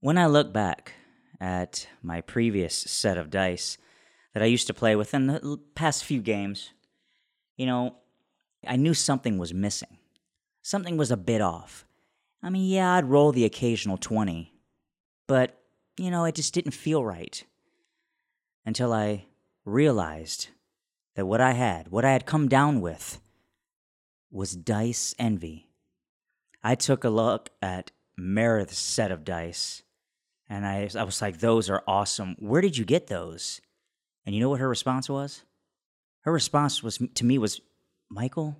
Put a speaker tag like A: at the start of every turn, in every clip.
A: When I look back at my previous set of dice that I used to play with in the l- past few games, you know, I knew something was missing. Something was a bit off. I mean, yeah, I'd roll the occasional 20, but, you know, it just didn't feel right. Until I realized that what I had, what I had come down with, was dice envy. I took a look at Meredith's set of dice and I, I was like, those are awesome. Where did you get those? And you know what her response was? Her response was to me was, Michael,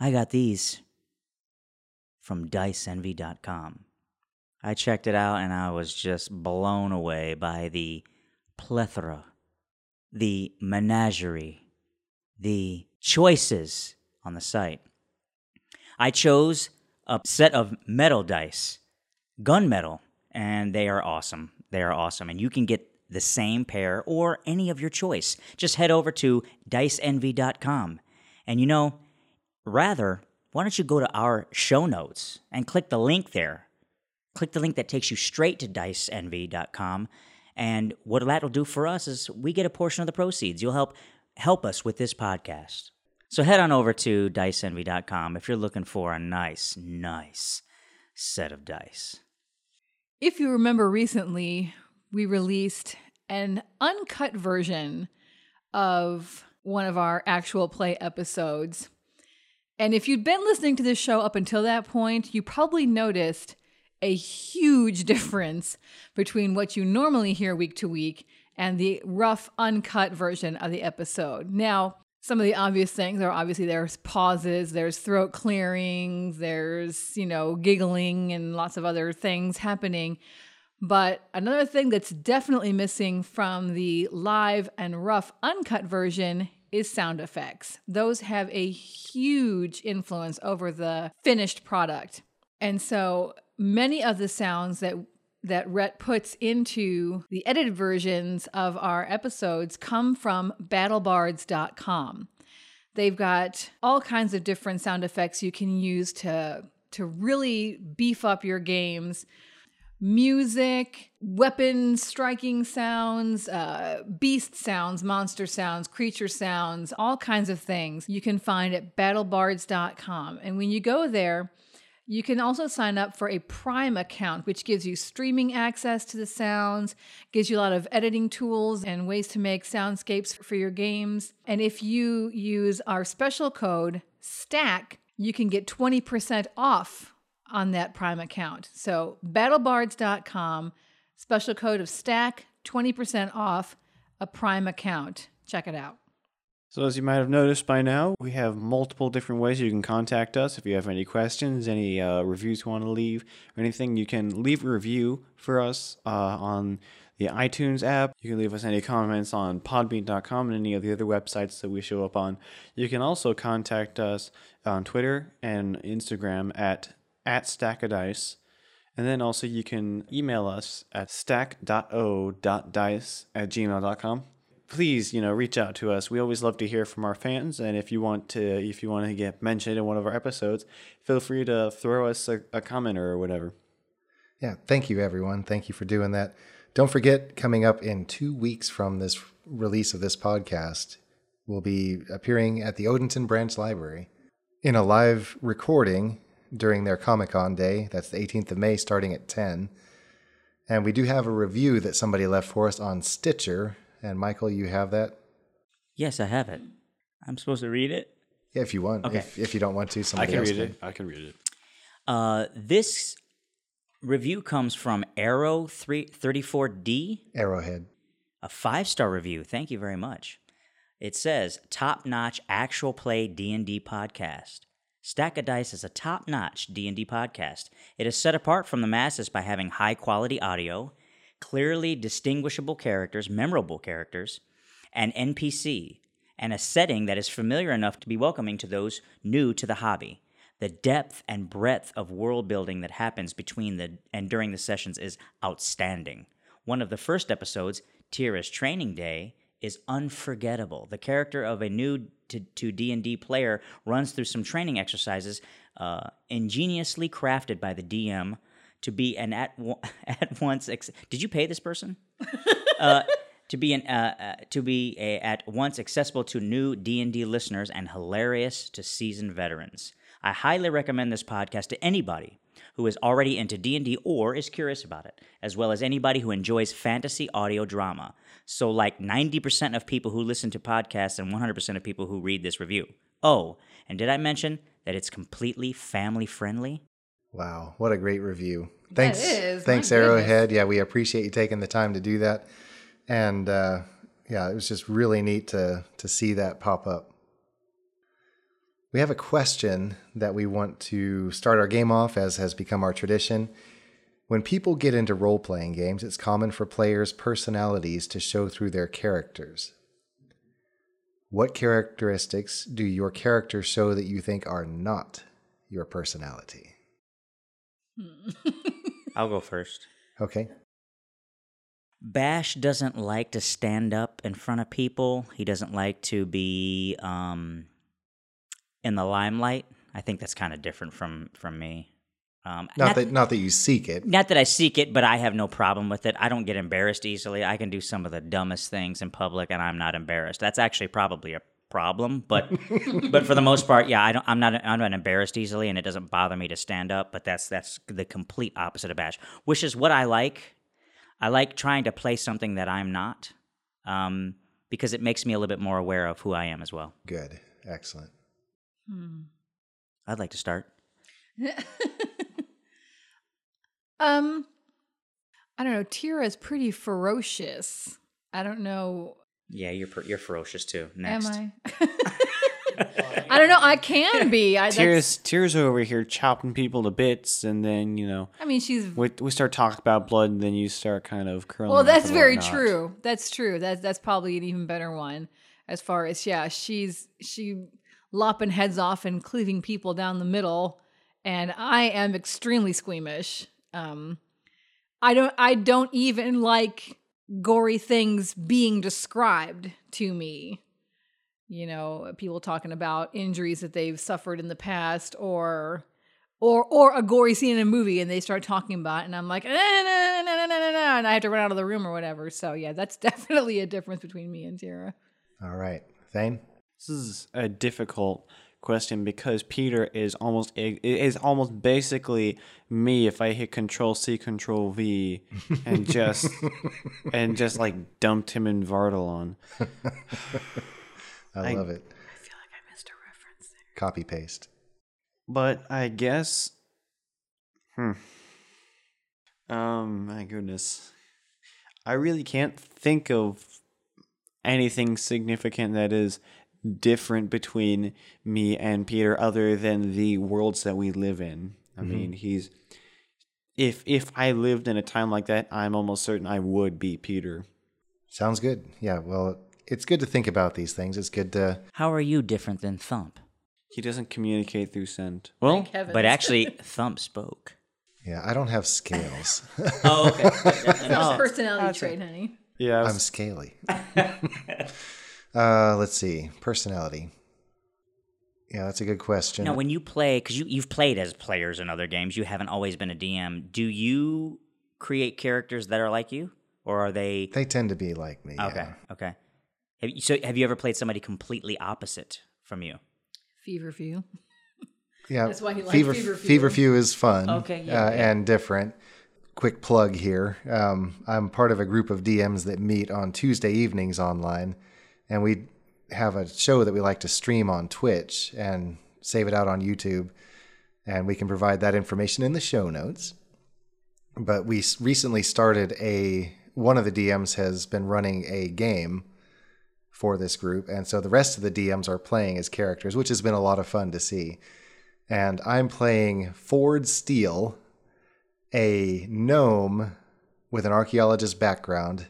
A: I got these from diceenvy.com. I checked it out and I was just blown away by the plethora, the menagerie, the choices on the site. I chose a set of metal dice, gunmetal, and they are awesome. They are awesome. And you can get the same pair or any of your choice. Just head over to diceenvy.com. And you know, rather, why don't you go to our show notes and click the link there? Click the link that takes you straight to diceenvy.com. And what that'll do for us is we get a portion of the proceeds. You'll help help us with this podcast. So head on over to diceenvy.com if you're looking for a nice, nice set of dice.
B: If you remember recently, we released an uncut version of one of our actual play episodes. And if you'd been listening to this show up until that point, you probably noticed a huge difference between what you normally hear week to week and the rough, uncut version of the episode. Now, some of the obvious things are obviously there's pauses, there's throat clearings, there's, you know, giggling and lots of other things happening. But another thing that's definitely missing from the live and rough uncut version is sound effects. Those have a huge influence over the finished product. And so many of the sounds that that Rhett puts into the edited versions of our episodes come from battlebards.com. They've got all kinds of different sound effects you can use to to really beef up your games music, weapon striking sounds, uh, beast sounds, monster sounds, creature sounds, all kinds of things you can find at battlebards.com. And when you go there, you can also sign up for a Prime account, which gives you streaming access to the sounds, gives you a lot of editing tools and ways to make soundscapes for your games. And if you use our special code STACK, you can get 20% off on that Prime account. So battlebards.com, special code of stack, 20% off a Prime account. Check it out.
C: So, as you might have noticed by now, we have multiple different ways you can contact us. If you have any questions, any uh, reviews you want to leave, or anything, you can leave a review for us uh, on the iTunes app. You can leave us any comments on podbean.com and any of the other websites that we show up on. You can also contact us on Twitter and Instagram at, at Stack of Dice. And then also, you can email us at stack.o.dice at gmail.com please you know reach out to us we always love to hear from our fans and if you want to if you want to get mentioned in one of our episodes feel free to throw us a, a comment or whatever
D: Yeah, thank you, everyone. Thank you for doing that. Don't forget, coming up in two weeks from this release of this podcast, we'll be appearing at the Odenton Branch Library in a live recording during their Comic Con day. That's the 18th of May, starting at 10. And we do have a review that somebody left for us on Stitcher. And Michael, you have that
A: Yes, I have it. I'm supposed to read it.
D: Yeah, if you want.
A: Okay.
D: If, if you don't want to, somebody else can.
C: i can read it
A: Uh, this review comes from Arrow 3- 34D,
D: Arrowhead.
A: a five-star review. Thank you very much. It says, "Top-notch actual play D&D podcast. Stack of Dice is a top-notch D&D podcast. It is set apart from the masses by having high-quality audio, clearly distinguishable characters, memorable characters, an NPC, and a setting that is familiar enough to be welcoming to those new to the hobby. The depth and breadth of world building that happens between the and during the sessions is outstanding. One of the first episodes, Tira's Training Day, is unforgettable. The character of a new to, to D&D player runs through some training exercises uh, ingeniously crafted by the DM to be an at wo- at once ex- did you pay this person uh, to be an uh, uh, to be a, at once accessible to new D&D listeners and hilarious to seasoned veterans. I highly recommend this podcast to anybody who is already into D&D or is curious about it, as well as anybody who enjoys fantasy audio drama. So like 90% of people who listen to podcasts and 100% of people who read this review. Oh, and did I mention that it's completely family friendly?
D: Wow, what a great review. Thanks.
B: is, my
D: Thanks,
B: goodness.
D: Arrowhead. Yeah, we appreciate you taking the time to do that. And uh, yeah, it was just really neat to to see that pop up. We have a question that we want to start our game off as has become our tradition. When people get into role playing games, it's common for players' personalities to show through their characters. What characteristics do your characters show that you think are not your personality?
A: I'll go first.
D: Okay.
A: Bash doesn't like to stand up in front of people. He doesn't like to be um, in the limelight. I think that's kind of different from from me. Um,
D: Not that not that you seek it.
A: not that I seek it, but I have no problem with it. I don't get embarrassed easily. I can do some of the dumbest things in public, and I'm not embarrassed. That's actually probably a problem, but but for the most part, yeah, I don't. I'm not. I'm not embarrassed easily, and it doesn't bother me to stand up. But that's that's the complete opposite of bash, which is what I like. I like trying to play something that I'm not, um, because it makes me a little bit more aware of who I am as well.
D: Good. Excellent.
B: Hmm.
A: I'd like to start.
B: um, I don't know. Tira is pretty ferocious. I don't know.
A: Yeah, you're per- you're ferocious too.
B: Am I? I don't know. I can be. I, that's,
C: Tears, tears over here chopping people to bits, and then you know
B: I mean, she's
C: we, we start talking about blood, and then you start kind of curling.
B: Well,
C: up
B: that's
C: and
B: very
C: whatnot.
B: true. That's true. That's that's probably an even better one. As far as yeah, she's she lopping heads off and cleaving people down the middle, and I am extremely squeamish. Um, I don't I don't even like gory things being described to me. You know, people talking about injuries that they've suffered in the past, or or or a gory scene in a movie and they start talking about it and I'm like "Eh, no no no no no no no," and I have to run out of the room or whatever. So yeah, that's definitely a difference between me and Tara.
D: All right. Thane?
C: This is a difficult question because Peter is almost i- is almost basically me if I hit Control C, Control V, and just and just like dumped him in Vardalon.
D: I, love it.
B: I feel like I missed a reference there.
D: Copy paste.
C: But I guess, hmm. Um, my goodness, I really can't think of anything significant that is different between me and Peter, other than the worlds that we live in. I mean, he's if if I lived in a time like that, I'm almost certain I would be Peter.
D: Sounds good. Yeah, well, it's good to think about these things. It's good to
A: How are you different than Thump?
C: He doesn't communicate through scent. Well,
B: Heavens.
A: But actually, Thump spoke.
D: Yeah, I don't have scales.
A: Oh, okay.
B: That's a personality trait, honey.
C: yeah, I
D: I'm
C: was-
D: scaly. uh, let's see. Personality. Yeah, that's a good question.
A: now, when you play, because you, you've played as players in other games, you haven't always been a DM. Do you create characters that are like you? Or are they.
D: they tend to be like me.
A: Okay,
D: yeah.
A: okay. Have you, so, have you ever played somebody completely opposite from you?
B: Fever view.
D: Yeah,
B: That's why he likes
D: Fever,
B: Feverfew.
D: Feverfew is fun.
A: Okay, yeah,
D: uh, and different. Quick plug here. Um, I'm part of a group of DMs that meet on Tuesday evenings online, and we have a show that we like to stream on Twitch and save it out on YouTube, and we can provide that information in the show notes. But we s- recently started a one of the DMs has been running a game for this group, and so the rest of the DMs are playing as characters, which has been a lot of fun to see and I'm playing Ford Steele, a gnome with an archaeologist background,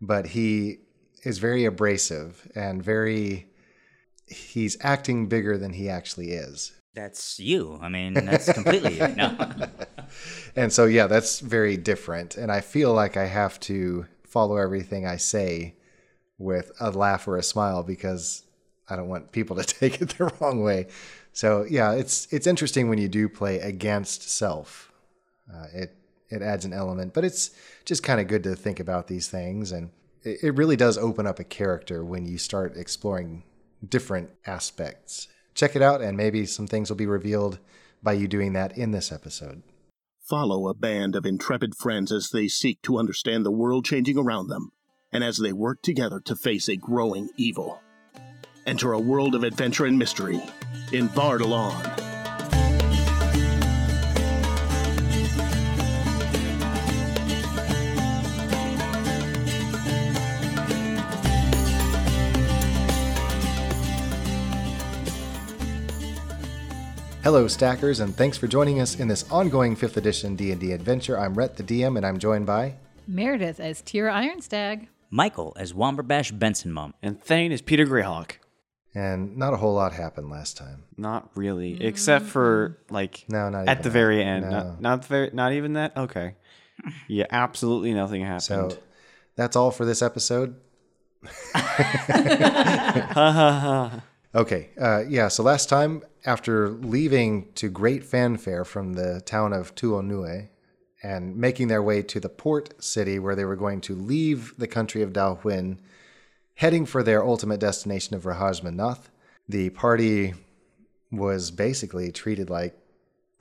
D: but he is very abrasive and very he's acting bigger than he actually is.
A: That's you. I mean, that's completely you. No.
D: And so yeah, that's very different and I feel like I have to follow everything I say with a laugh or a smile because I don't want people to take it the wrong way. So yeah, it's it's interesting when you do play against self. Uh, it it adds an element, but it's just kind of good to think about these things. And it, it really does open up a character when you start exploring different aspects. Check it out, and maybe some things will be revealed by you doing that in this episode.
E: Follow a band of intrepid friends as they seek to understand the world changing around them and as they work together to face a growing evil. Enter a world of adventure and mystery in Vardalon.
D: Hello, stackers, and thanks for joining us in this ongoing 5th edition D&D adventure. I'm Rhett, the DM, and I'm joined by...
B: Meredith as Tira Ironstag.
A: Michael as Womberbash Benson Mum.
C: And Thane is Peter Greyhawk.
D: And not a whole lot happened last time.
C: Not really, except for
A: Mm-hmm.
C: like
D: No,
C: at
D: not even
C: the
D: that.
C: very end.
D: No.
C: Not not, the very, not even that. Okay. Yeah, absolutely nothing happened.
D: So that's all for this episode. okay. Uh, yeah. So last time, after leaving to great fanfare from the town of Tuonue and making their way to the port city where they were going to leave the country of Daohuin, heading for their ultimate destination of Rahajmanath, the party was basically treated like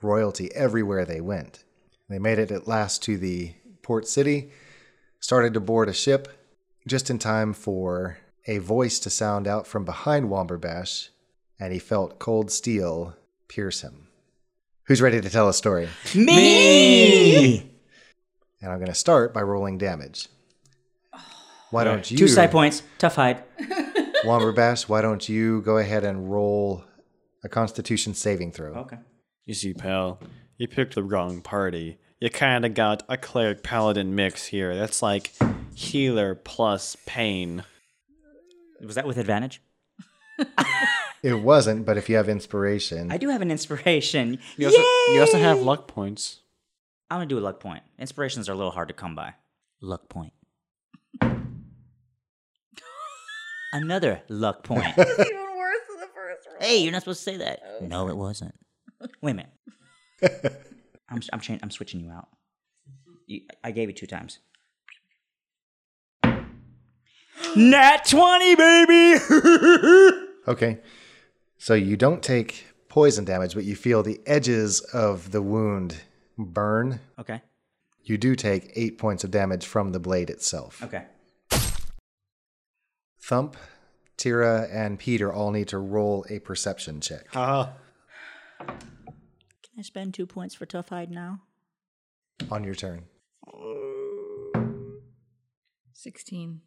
D: royalty everywhere they went. They made it at last to the port city, started to board a ship just in time for a voice to sound out from behind Womberbash, and he felt cold steel pierce him. Who's ready to tell a story?
A: Me!
D: And I'm going to start by rolling damage. Why don't you,
A: Two side points. Tough hide.
D: Womberbash, why don't you go ahead and roll a constitution saving throw?
A: Okay.
C: You see, pal, you picked the wrong party. You kind of got a cleric paladin mix here. That's like healer plus pain.
A: Was that with advantage?
D: It wasn't, but if you have inspiration,
A: I do have an inspiration.
C: You also,
A: Yay!
C: you also have luck points.
A: I'm gonna do a luck point. Inspirations are a little hard to come by. Luck point. Another luck point.
B: Even worse than the first Oh, roll.
A: hey, you're not supposed to say that. No, it wasn't. Wait a minute. I'm I'm, chang- I'm switching you out. You, I gave you two times. Nat twenty, baby.
D: Okay. So you don't take poison damage, but you feel the edges of the wound burn.
A: okay.
D: You do take eight points of damage from the blade itself.
A: Okay.
D: Thump, Tira, and Peter all need to roll a perception check.
A: Ah,
C: Haha.
A: Can I spend two points for tough hide now?
D: On your turn.
B: 16.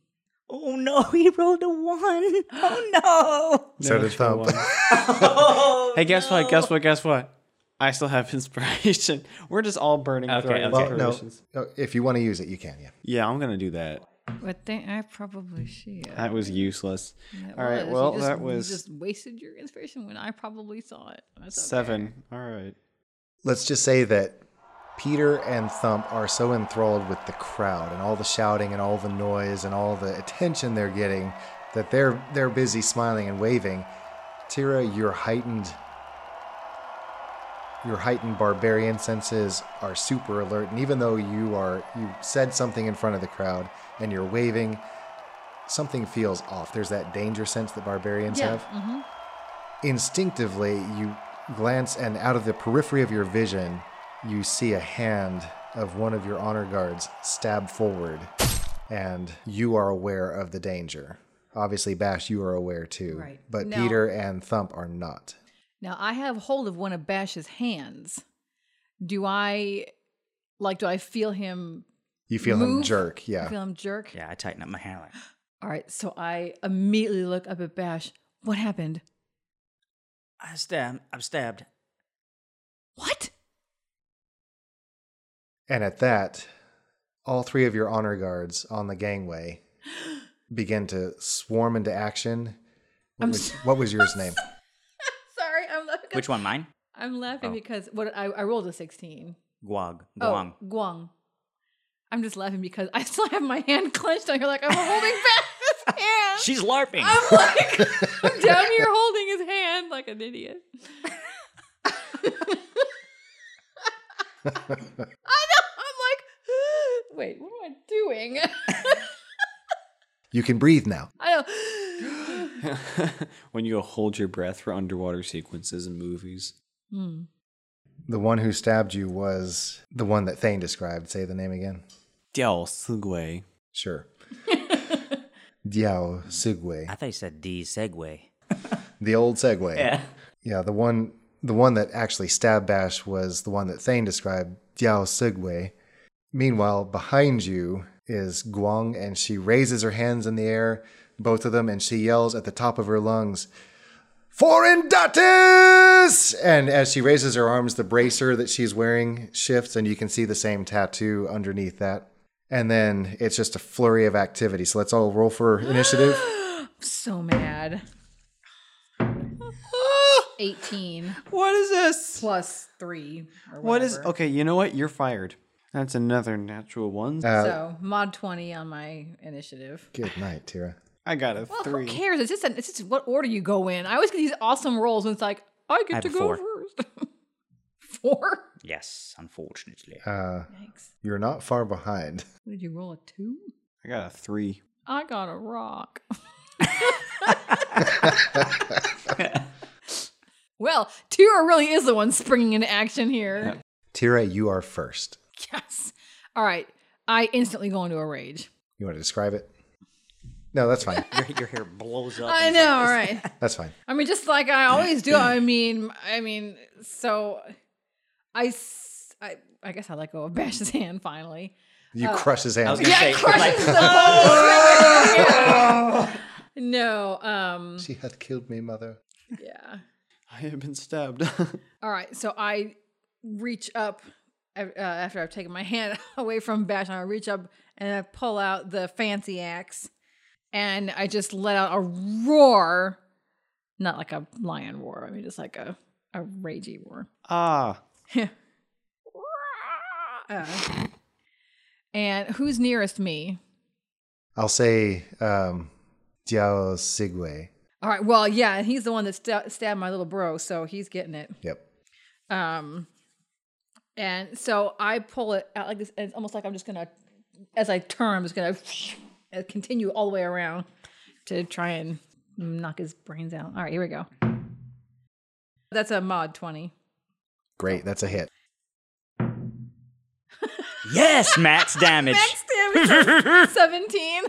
A: Oh no, he rolled a one. Oh no.
D: so did Thump.
A: Oh,
C: hey, guess what? Guess what? Guess what? I still have inspiration. We're just all burning through
A: Okay,
C: our
A: okay.
D: well, no,
C: inspirations.
D: no, If you want to use it, you can, yeah.
C: Yeah, I'm gonna do that.
B: But they, I probably should.
C: That was useless.
B: It
C: all
B: was.
C: right.
B: You
C: Well,
B: just-
C: that
B: you
C: was
B: just wasted your inspiration when I probably saw it. That's okay.
C: seven. All right.
D: Let's just say that Peter and Thump are so enthralled with the crowd and all the shouting and all the noise and all the attention they're getting that they're they're busy smiling and waving. Tira, your heightened your heightened barbarian senses are super alert and even though you are you said something in front of the crowd and you're waving something feels off. There's that danger sense that barbarians
B: Yeah,
D: have instinctively you glance and out of the periphery of your vision you see a hand of one of your honor guards stab forward and you are aware of the danger obviously bash you are aware too
B: Right.
D: but
B: Now-
D: peter and thump are not
B: Now I have hold of one of Bash's hands. Do I like? Do I feel him?
D: you feel him
B: Move.
D: jerk
B: I
D: yeah
B: feel him jerk.
A: Yeah, I tighten up my hair like.
B: All right. So I immediately look up at Bash. What happened?
A: I stabbed. I'm stabbed.
B: What?
D: and at that all three of your honor guards on the gangway begin to swarm into action what,
B: I'm
D: was,
B: so-
D: what was yours name
B: Sorry, I'm laughing.
A: Which one? Mine?
B: I'm laughing
A: Oh.
B: because what I, I rolled a sixteen.
A: Guag. Guang.
B: Oh, Guang. I'm just laughing because I still have my hand clenched. and you're like, I'm holding Bash's hand.
A: She's LARPing.
B: I'm like, I'm down here holding his hand like an idiot. I know. I'm like, wait, what am I doing?
D: You can breathe now.
B: I don't.
C: when you hold your breath for underwater sequences in movies.
B: Hmm.
D: The one who stabbed you was the one that Thane described. Say the name again.
C: Del Sugway.
D: Sure. Diao Segway.
A: I thought you said D Segway.
D: The old Segway. Yeah, the one the one that actually stabbed Bash was the one that Thane described, Diao Sigwei. Meanwhile, behind you is Guang and she raises her hands in the air, both of them, and she yells at the top of her lungs, Foreign Datus! And as she raises her arms, the bracer that she's wearing shifts, and you can see the same tattoo underneath that. And then it's just a flurry of activity. So let's all roll for initiative.
B: so mad. 18
C: Ah! What is this?
B: plus 3 or
C: What is.
B: whatever.
C: Okay, you know what? You're fired. That's another natural one.
B: so mod 20 on my initiative
D: Good night, Tira.
C: I got a
B: well,
C: three.
B: who cares it's just, it's just what order you go in i always get these awesome rolls and it's like i get
A: I have
B: to
A: a
B: go
A: four.
B: first four
A: Yes, unfortunately.
D: Uh,
B: Yikes.
D: you're not far behind.
B: what did you roll a two
C: I got a three.
B: i got a rock well tira really is the one springing into action here
D: Tira, you are first.
B: yes all right i instantly go into a rage
D: You want to describe it? No, that's fine.
A: your, your hair blows up.
B: i know all right
D: That's fine.
B: I mean, just like I always do. I mean, I mean, so I, s- I, I guess I let go of Bash's hand finally.
D: You crush his hand.
A: was gonna-
B: Oh. Yeah,
A: say,
B: it crushes the Yeah. No, um,
D: she hath killed me, mother.
B: yeah.
C: I have been stabbed.
B: All right, so I reach up uh, after I've taken my hand away from Bash, and I reach up and I pull out the fancy axe, and I just let out a roar, not like a lion roar. I mean, just like a a ragey roar.
C: ah.
B: Uh, and who's nearest me?
D: I'll say um, Diao Sigwe.
B: All right. Well, yeah, and he's the one that sta stabbed my little bro, so he's getting it.
D: Yep.
B: Um, and so I pull it out like this. And it's almost like I'm just gonna, as I turn, I'm just gonna and continue all the way around to try and knock his brains out. All right, here we go. That's a mod twenty.
D: Great. That's a hit.
A: Yes, max damage.
B: Next damage seventeen.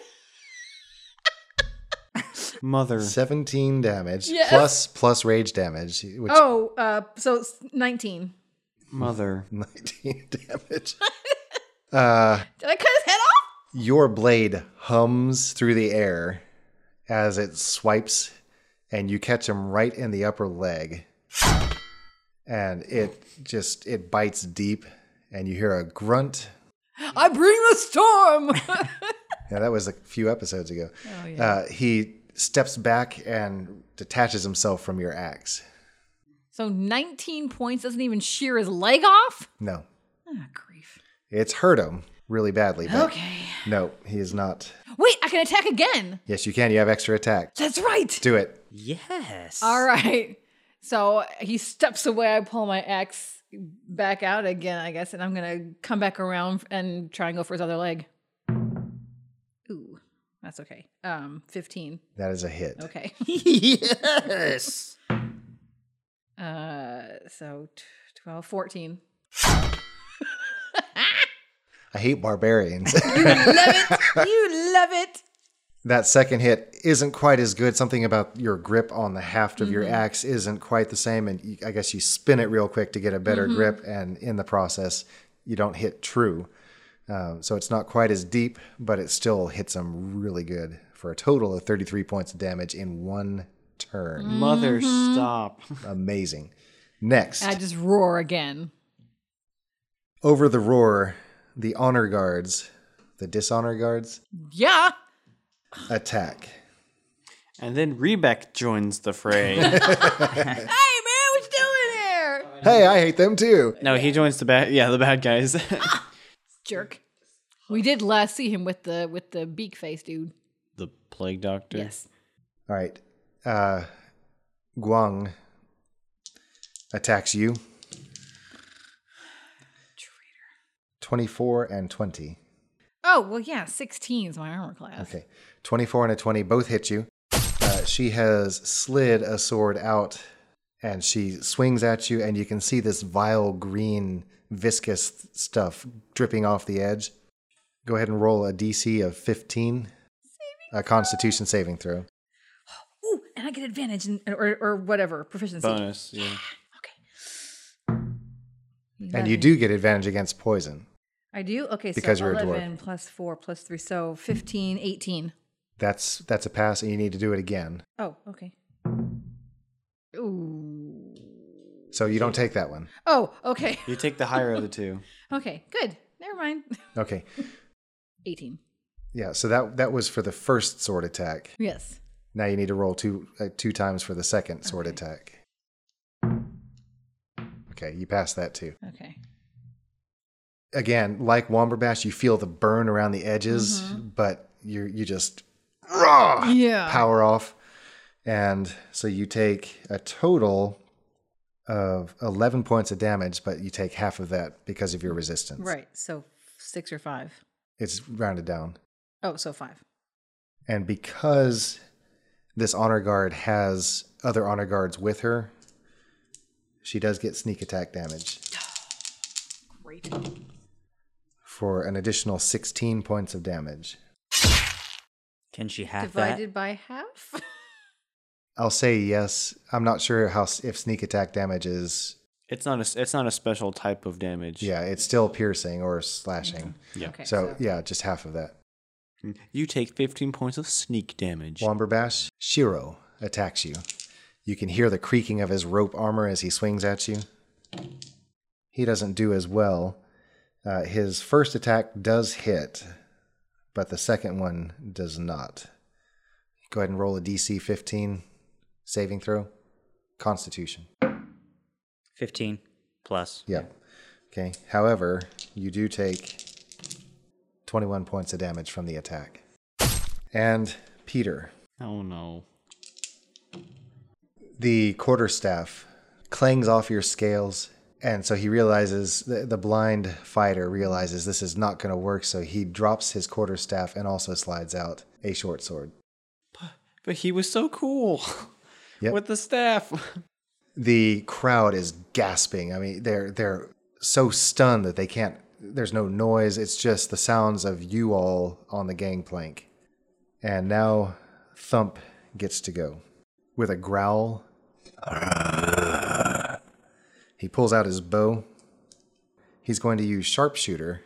C: Mother.
D: 17 damage
B: Yes.
D: plus plus rage damage, which
B: Oh, uh, so it's nineteen.
C: Mother.
D: 19 damage. uh,
B: Did I cut his head off?
D: your blade hums through the air as it swipes, and you catch him right in the upper leg. And it just it bites deep, and you hear a grunt
B: I bring the storm.
D: Yeah, that was a few episodes ago.
B: Oh,
D: uh, he steps back and detaches himself from your axe.
B: so 19 points doesn't even shear his leg off?
D: No,
B: Ah, grief.
D: it's hurt him really badly. But
B: Okay.
D: No, he is not.
B: Wait, I can attack again.
D: Yes, you can. You have extra attack.
B: That's right.
D: Do it.
A: Yes.
B: All right. So he steps away. I pull my axe back out again, I guess, and I'm going to come back around and try and go for his other leg. Ooh, that's okay. Um, 15.
D: That is a hit.
B: Okay.
A: yes.
B: Uh, so t- 12, 14.
D: I hate barbarians.
B: you love it.
D: that second hit isn't quite as good. Something about your grip on the haft of your axe isn't quite the same. And you, I guess you spin it real quick to get a better grip. And in the process, you don't hit true. Um, so it's not quite as deep, but it still hits him really good for a total of 33 points of damage in one turn.
C: Mother,
B: Mm-hmm.
C: stop.
D: Amazing. Next,
B: I just roar again.
D: over the roar, the honor guards, the dishonor guards
B: Yeah.
D: attack.
C: And then Rebek joins the fray.
B: Hey, man, what you doing here?
D: Hey, I hate them too.
C: no, he joins the bad. Yeah, the bad guys.
B: Jerk. We did last see him with the with the beak face dude.
C: the plague doctor.
B: Yes.
D: All right. Uh, Guang attacks you. 24 and 20.
B: Oh, well, yeah, 16 is my armor class.
D: Okay. 24 and a 20 both hit you. Uh, she has slid a sword out and she swings at you, and you can see this vile green, viscous stuff dripping off the edge. Go ahead and roll a DC of 15, a constitution saving throw.
B: Ooh, and I get advantage and, or, or whatever, proficiency.
C: Bonus, yeah.
B: Okay.
D: And you
B: Nothing.
D: do get advantage against poison.
B: I do? Okay,
D: Because
B: so
D: you're a dwarf.
B: 11 plus 4 plus 3, so 15, 18.
D: That's that's a pass, and you need to do it again.
B: Oh, okay. Ooh.
D: So you don't take that one.
B: Oh, okay.
C: You take the higher of the two.
B: Okay, good. Never mind.
D: Okay.
B: 18.
D: Yeah. So that that was for the first sword attack.
B: Yes.
D: Now you need to roll two uh, two times for the second sword
B: Okay.
D: attack. Okay, you passed that too.
B: Okay.
D: Again, like Womberbash, you feel the burn around the edges, but you you just rah,
B: Mm-hmm. Yeah.
D: Ah, power off, and so you take a total of eleven points of damage, but you take half of that because of your resistance.
B: Mm. Right, so 6 or 5.
D: it's rounded down.
B: Oh, so 5.
D: And because this honor guard has other honor guards with her, she does get sneak attack damage
B: Great.
D: for an additional 16 points of damage.
A: Can she hack
B: Divided by half?
D: I'll say yes. I'm not sure how if sneak attack damage is.
C: It's not a s- it's not a special type of damage.
D: Yeah, it's still piercing or slashing.
C: Yeah.
B: Okay.
D: So yeah, just half of that.
C: You take 15 points of sneak damage.
D: Womberbash Shiro attacks you. You can hear the creaking of his rope armor as he swings at you. He doesn't do as well. Uh, his first attack does hit, but the second one does not. Go ahead and roll a DC 15 saving throw. Constitution.
A: that? 15 plus.
D: Yeah. Okay. However, you do take 21 points of damage from the attack. And Peter.
C: Oh no.
D: the quarterstaff clangs off your scales and so he realizes the, the blind fighter realizes this is not going to work so he drops his quarterstaff and also slides out a short sword
C: But he was so cool
D: Yep.
C: with the staff.
D: the crowd is gasping i mean they're they're so stunned that they can't there's no noise it's just the sounds of you all on the gangplank and now thump gets to go with a growl he pulls out his bow he's going to use sharpshooter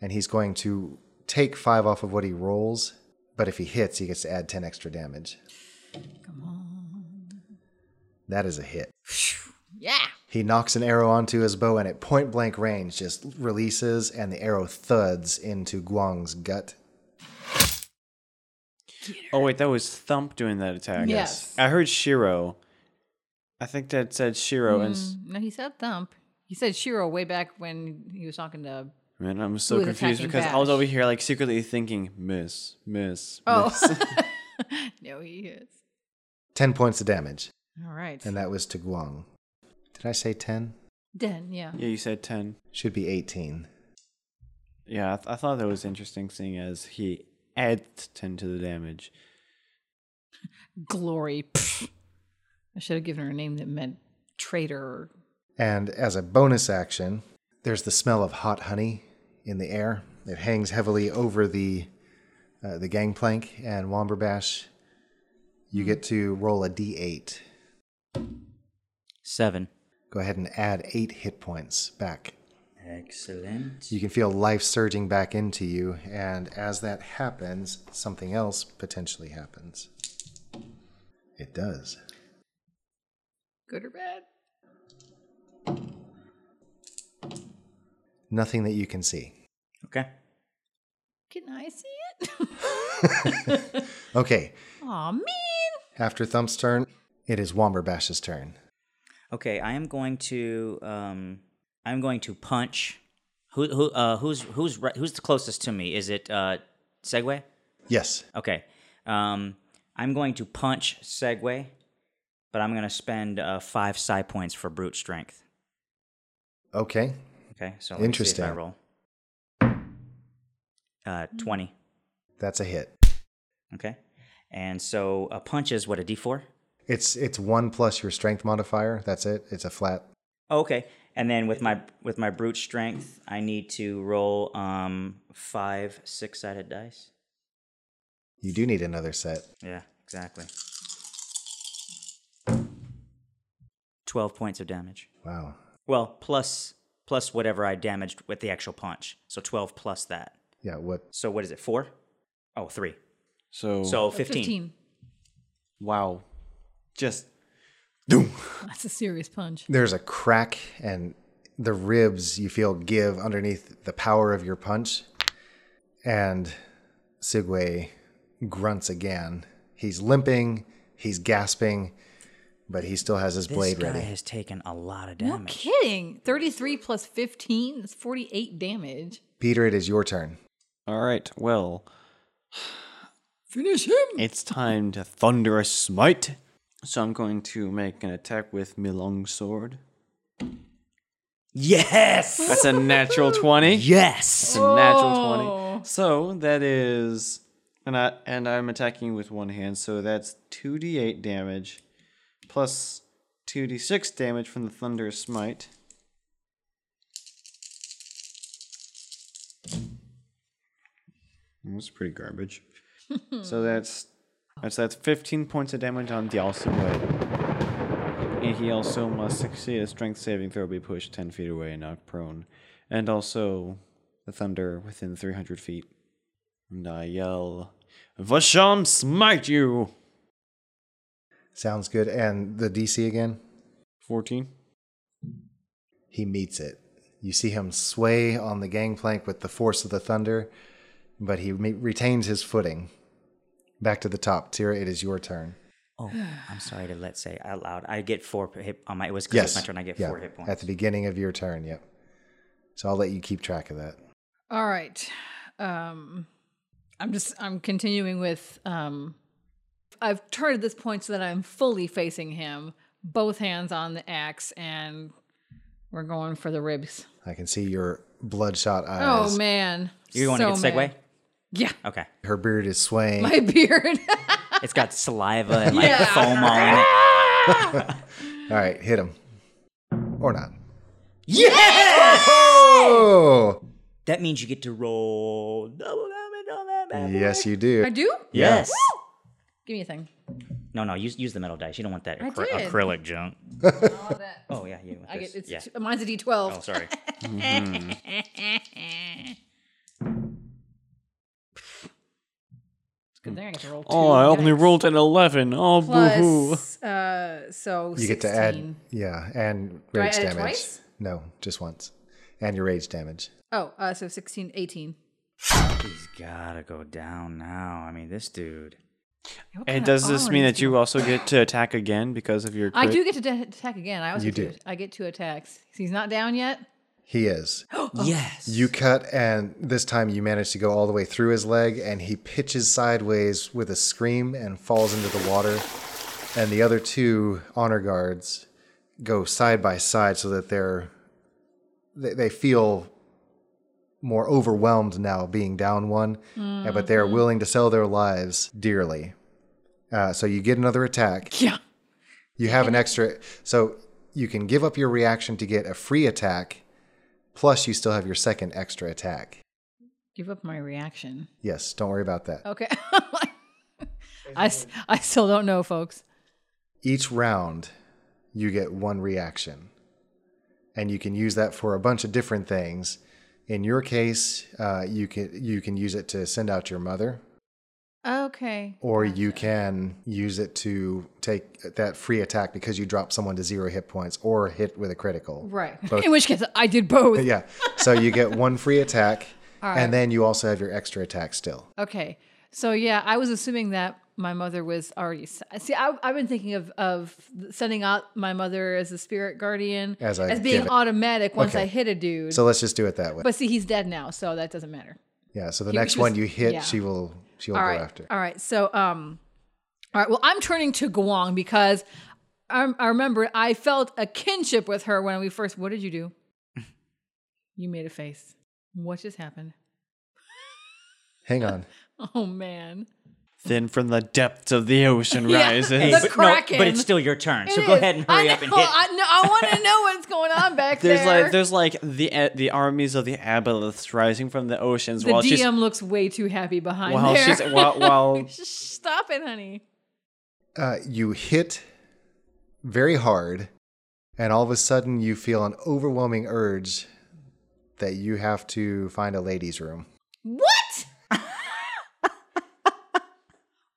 D: and he's going to take five off of what he rolls but if he hits he gets to add 10 extra damage
B: Come on.
D: that is a hit
B: Yeah.
D: He knocks an arrow onto his bow, and at point blank range, just releases, and the arrow thuds into Guang's gut.
C: Oh wait, that was Thump doing that attack.
B: Yes.
C: I heard Shiro. I think that said Shiro and s-
B: Mm, no, he said thump. He said Shiro way back when he was talking to.
C: Man, I'm so
B: was
C: confused
B: attacking
C: because I was
B: Bash.
C: over here like secretly thinking miss, miss,
B: Oh.
C: miss.
B: no, he is.
D: 10 points of damage,
B: All right.
D: and that was to Guang. Did I say 10?
B: Den, yeah.
C: yeah, you said 10.
D: Should be 18.
C: Yeah, I, th- I thought that was interesting seeing as he adds 10 to the damage.
B: Glory. Pfft. I should have given her a name that meant traitor. or-
D: And as a bonus action, there's the smell of hot honey in the air. It hangs heavily over the uh, the gangplank, and Womberbash, you get to roll a d8.
A: 7.
D: Go ahead and add 8 hit points back
A: Excellent.
D: You can feel life surging back into you, and as that happens, something else potentially happens. It does.
B: Good or bad?
D: Nothing that you can see.
A: Okay.
B: Can I see it?
D: Okay,
B: Aw, mean.
D: after Thump's turn, it is Womberbash's turn.
A: Okay, I am going to um I'm going to punch who who uh who's who's right, who's the closest to me? Is it uh Segway?
D: Yes.
A: Okay. Um I'm going to punch Segway, but I'm going to spend uh 5 psi points for brute strength.
D: Okay.
A: Okay? So let me see if I
D: Interesting.
A: roll. Uh, 20.
D: That's a hit.
A: Okay. And so a punch is what, a d4?
D: It's it's one plus your strength modifier. That's it. It's a flat.
A: Oh, okay. And then with my with my brute strength, I need to roll um five six sided dice.
D: You do need another set.
A: Yeah, exactly. Twelve points of damage.
D: Wow.
A: Well, plus plus whatever I damaged with the actual punch. So twelve plus that.
D: Yeah. What?
A: So what is it? Four? Oh, three.
C: So,
A: So fifteen.
C: wow, just
B: That's a serious punch.
D: There's a crack, and the ribs you feel give underneath the power of your punch, and Sigway grunts again. He's limping. He's gasping, but he still has his
A: This
D: blade
A: guy
D: ready.
A: has taken a lot of
B: No
A: damage.
B: kidding. 33 plus 15 is 48 damage.
D: Peter, it is your turn.
C: all right. Well,
B: Finish him.
C: it's time to thunderous smite. So I'm going to make an attack with my long sword.
A: yes.
C: That's a natural twenty.
A: Yes.
C: It's a natural
B: Whoa.
C: twenty. So that is, and I and I'm attacking with one hand. So that's two d8 damage, plus two d6 damage from the thunderous smite. That's pretty garbage. so that's that's that's 15 points of damage on the also blade. And he also must succeed a strength saving throw, be pushed 10 feet away and knocked prone. And also the thunder within 300 feet. And I yell, Vasham smite you!
D: Sounds good. And the DC again?
C: 14.
D: He meets it. You see him sway on the gangplank with the force of the thunder, but he me- retains his footing. Back to the top. Tira, it is your turn.
A: Oh, I'm sorry to let say out loud. I get four p- hit on my. It was because it's my turn. I get
D: yeah,
A: four hit points.
D: At the beginning of your turn, yep. So I'll let you keep track of that.
B: All right. Um I'm just I'm continuing with um I've turned at this point so that I'm fully facing him, both hands on the axe and we're going for the ribs.
D: I can see your bloodshot eyes.
B: Oh man.
A: you want
B: so
A: to get segue?
B: mad. Yeah.
A: Okay.
D: Her beard is swaying.
B: My beard.
A: It's got saliva and like
B: Yeah.
A: foam all in it.
D: All right, hit him. Or not.
A: Yes!
D: Oh!
A: That means you get to roll double damage on that bad boy.
D: Yes, you
B: I
D: do.
B: do?
A: Yes.
B: Give me a thing.
A: No, no, use use the metal dice. You don't want that
B: I
A: acry-
B: did.
A: acrylic junk.
B: All that.
A: Oh yeah, you. want
B: I
A: this.
B: get it's
A: yeah.
B: t- mine's a D twelve.
A: Oh, sorry.
B: Good thing I get to roll two.
C: Oh, I only
B: Yikes.
C: rolled an 11. Oh, boo hoo.
B: plus uh so
D: You
B: 16.
D: get to add, yeah, and
B: Do I
D: rage
B: add it
D: damage.
B: twice?
D: No, just once. And your rage damage.
B: Oh, uh, so 16, 18.
A: He's gotta go down now. I mean, this dude.
B: What kind
C: And
B: of
C: does this mean
B: orange
C: that you also get to attack again because of your
B: I
C: crit?
B: do get to de- attack again. I also
D: You
B: get
D: do.
B: Two, I get two attacks. He's not down yet.
D: He is.
A: Yes.
D: You cut, and this time you manage to go all the way through his leg, and he pitches sideways with a scream and falls into the water. And the other two honor guards go side by side so that they're they, they feel more overwhelmed now being down one, uh, but they are willing to sell their lives dearly. Uh, so you get another attack.
B: Yeah.
D: You have an extra, so you can give up your reaction to get a free attack, plus you still have your second extra attack.
B: Give up my reaction.
D: Yes, don't worry about that.
B: Okay. I, s- I still don't know, folks.
D: Each round, you get one reaction, and you can use that for a bunch of different things. In your case, uh, you can you can use it to send out your mother,
B: Okay.
D: or you can use it to take that free attack because you drop someone to zero hit points or hit with a critical.
B: Right.
D: Both.
B: In which case, I did both.
D: yeah. So you get one free attack,
B: All right.
D: and then you also have your extra attack still.
B: Okay. So yeah, I was assuming that my mother was already. s- See, I, I've been thinking of of sending out my mother as a spirit guardian
D: As I give
B: being
D: it.
B: automatic once
D: Okay.
B: I hit a dude.
D: So let's just do it that way.
B: but see, he's dead now, so that doesn't matter.
D: yeah. So the
B: he-
D: next
B: she
D: one
B: was-
D: you hit,
B: yeah.
D: she will she'll
B: All
D: go
B: right.
D: after.
B: All right. So, um, all right. Well, I'm turning to Guang because I, I remember I felt a kinship with her when we first. What did you do? you made a face. What just happened?
D: Hang on.
B: Oh man.
C: Then from the depths of the ocean
B: Yeah.
C: rises.
B: The
A: but,
B: Kraken.
A: but it's still your turn, so
B: It
A: go
B: is.
A: ahead and hurry
B: I
A: up and
B: know,
A: hit.
B: I, know, I want to know what's going on back
C: There's
B: there.
C: like there's like the uh, the armies of the aboleths rising from the oceans
B: the
C: while
B: DM
C: she's
B: looks way too happy behind
C: while
B: there.
C: she's while, while
B: Stop it, honey.
D: Uh, you hit very hard, and all of a sudden you feel an overwhelming urge that you have to find a ladies' room.
B: What?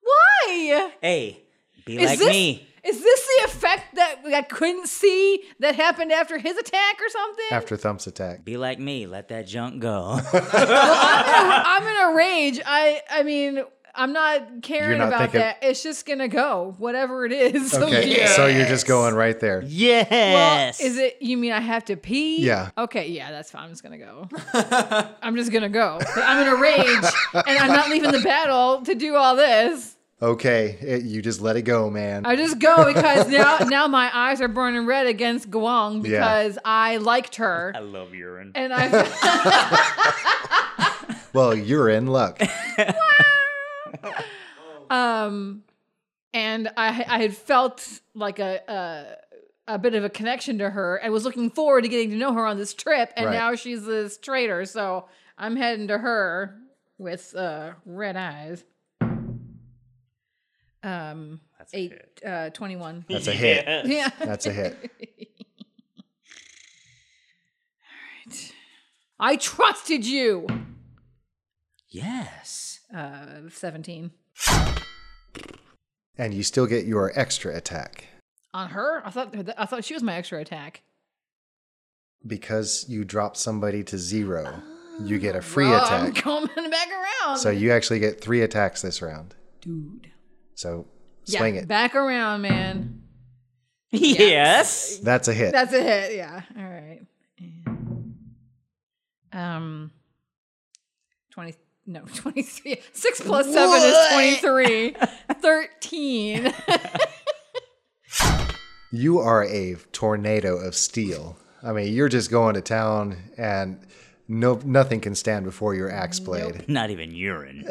B: Why?
A: Hey, be
B: Is
A: like
B: this
A: me.
B: is this the effect that I couldn't see that happened after his attack or something?
D: After Thump's attack,
A: Be like me. Let that junk go.
B: Uh, I'm in a rage. I I mean, I'm not caring
D: not
B: about
D: thinking-
B: that. It's just gonna go whatever it is. So
D: okay,
B: yeah.
D: so you're just going right there.
B: Well,
A: yes.
B: is it? You mean I have to pee?
D: Yeah.
B: Okay. Yeah, that's fine. I'm just gonna go. I'm just gonna go. I'm in a rage, and I'm not leaving the battle to do all this.
D: Okay, it, you just let it go, man.
B: I just go because now now my eyes are burning red against Guang
D: Yeah.
B: because I liked her.
A: I love urine.
B: And I,
D: well, you're in luck.
B: um, and I, I had felt like a, a a bit of a connection to her. I was looking forward to getting to know her on this trip, and
D: Right.
B: now she's this traitor. So I'm heading to her with uh, red eyes. Um, eight, uh, 21.
D: That's a hit.
B: yeah.
D: That's a hit.
B: I trusted you.
A: Yes.
B: Uh, 17.
D: And you still get your extra attack
B: On her? I thought I thought she was my extra attack.
D: because you drop somebody to zero. You get a free
B: Well, Oh, I'm
D: attack.
B: coming back around.
D: So you actually get three attacks this round.
B: dude.
D: So swing
B: yeah,
D: it.
B: Back around, man.
A: Yes.
D: That's a hit.
B: That's a hit. Yeah. All right. Um, 20, no, 23. Six plus seven is 23. 13.
D: You are a tornado of steel. I mean, you're just going to town, and no, nothing can stand before your axe blade.
A: Not even urine.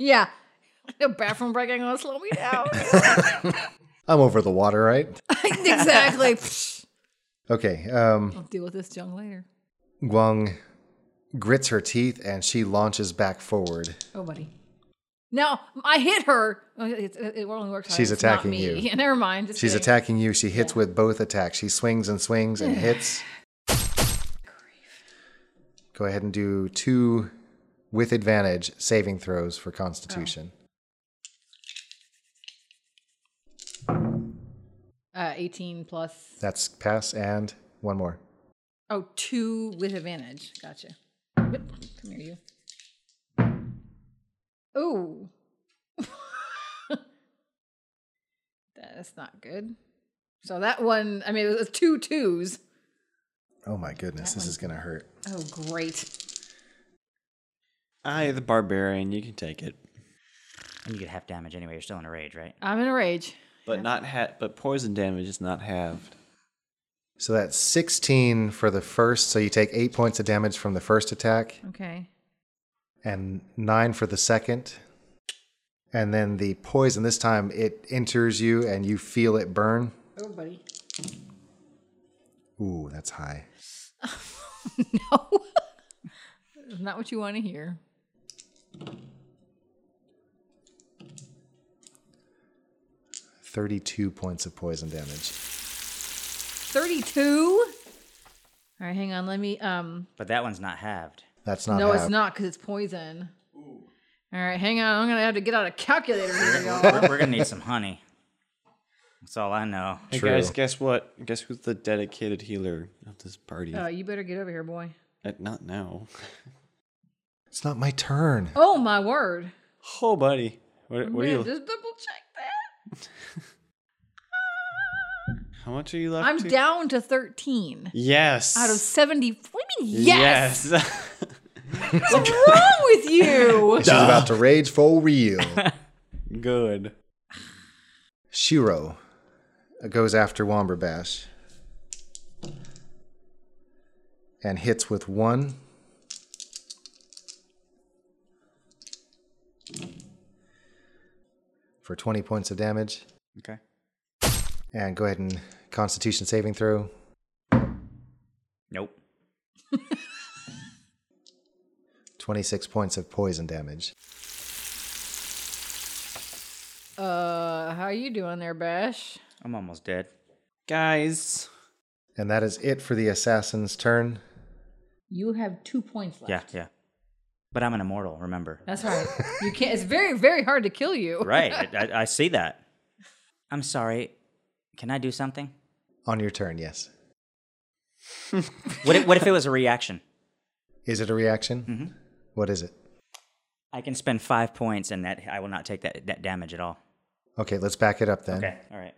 B: yeah. The bathroom break ain't gonna slow me down.
D: I'm over the water, right?
B: exactly. Psh,
D: Okay. Um,
B: I'll deal with this junk later.
D: Guang grits her teeth and she launches back forward.
B: Oh, buddy. No, I hit her. Oh, It, it, it only works. on-
D: She's
B: it's not
D: attacking
B: me.
D: you.
B: Yeah, never mind. Just
D: She's
B: kidding.
D: attacking you. She hits with both attacks. She swings and swings and hits. Go ahead and do two with advantage saving throws for Constitution.
B: Uh, 18 plus.
D: That's pass and one more.
B: Oh, two with advantage. Gotcha. Yep. Come here, you. Ooh. That's not good. So that one, I mean, it was two twos.
D: Oh my goodness, this is going to hurt.
B: Oh, great.
C: I the barbarian, you can take it.
A: And you get half damage anyway. You're still in a rage, right?
B: I'm in a rage.
C: But not ha- but poison damage is not halved.
D: So that's 16 for the first. So you take eight points of damage from the first attack
B: Okay.
D: and nine for the second. And then the poison, this time it enters you and you feel it burn.
B: Oh, buddy.
D: Ooh, that's high.
B: no. not what you want to hear.
D: Thirty-two points of poison damage.
B: 32? All right, hang on. Let me. um
A: But that one's not halved.
D: That's not.
B: No, it's
D: half.
B: not because it's poison. All right, hang on. I'm going to have to get out a calculator here, y'all.
A: We're, we're gonna need some honey. That's all I know.
C: Hey
D: True.
C: guys, guess what? Guess who's the dedicated healer of this party?
B: Oh, you better get over here, boy.
C: Uh, not now.
D: It's not my turn.
B: Oh my word!
C: Oh, buddy, what, what are
B: Yeah,
C: you?
B: just double check that.
C: how much are you left?
B: I'm
C: to?
B: down to thirteen
C: Yes.
B: out of seventy. What do you mean? Yes.
C: Yes.
B: What's wrong with you?
D: She's about to rage for real.
C: Good.
D: Shiro goes after Womberbash and hits with one for 20 points of damage.
C: Okay.
D: And go ahead and Constitution saving throw.
A: Nope.
D: 26 points of poison damage.
B: Uh, how you doing there, Bash?
A: I'm almost dead.
C: Guys.
D: And that is it for the assassin's turn.
B: You have two points left.
A: Yeah, yeah. But I'm an immortal, remember?
B: That's right. You can't. It's very, very hard to kill you.
A: right. I, I see that. I'm sorry. Can I do something?
D: On your turn, yes.
A: What if, what if it was a reaction?
D: Is it a reaction? What is it?
A: I can spend five points and that I will not take that, that damage at all.
D: Okay, let's back it up then.
A: Okay. All right.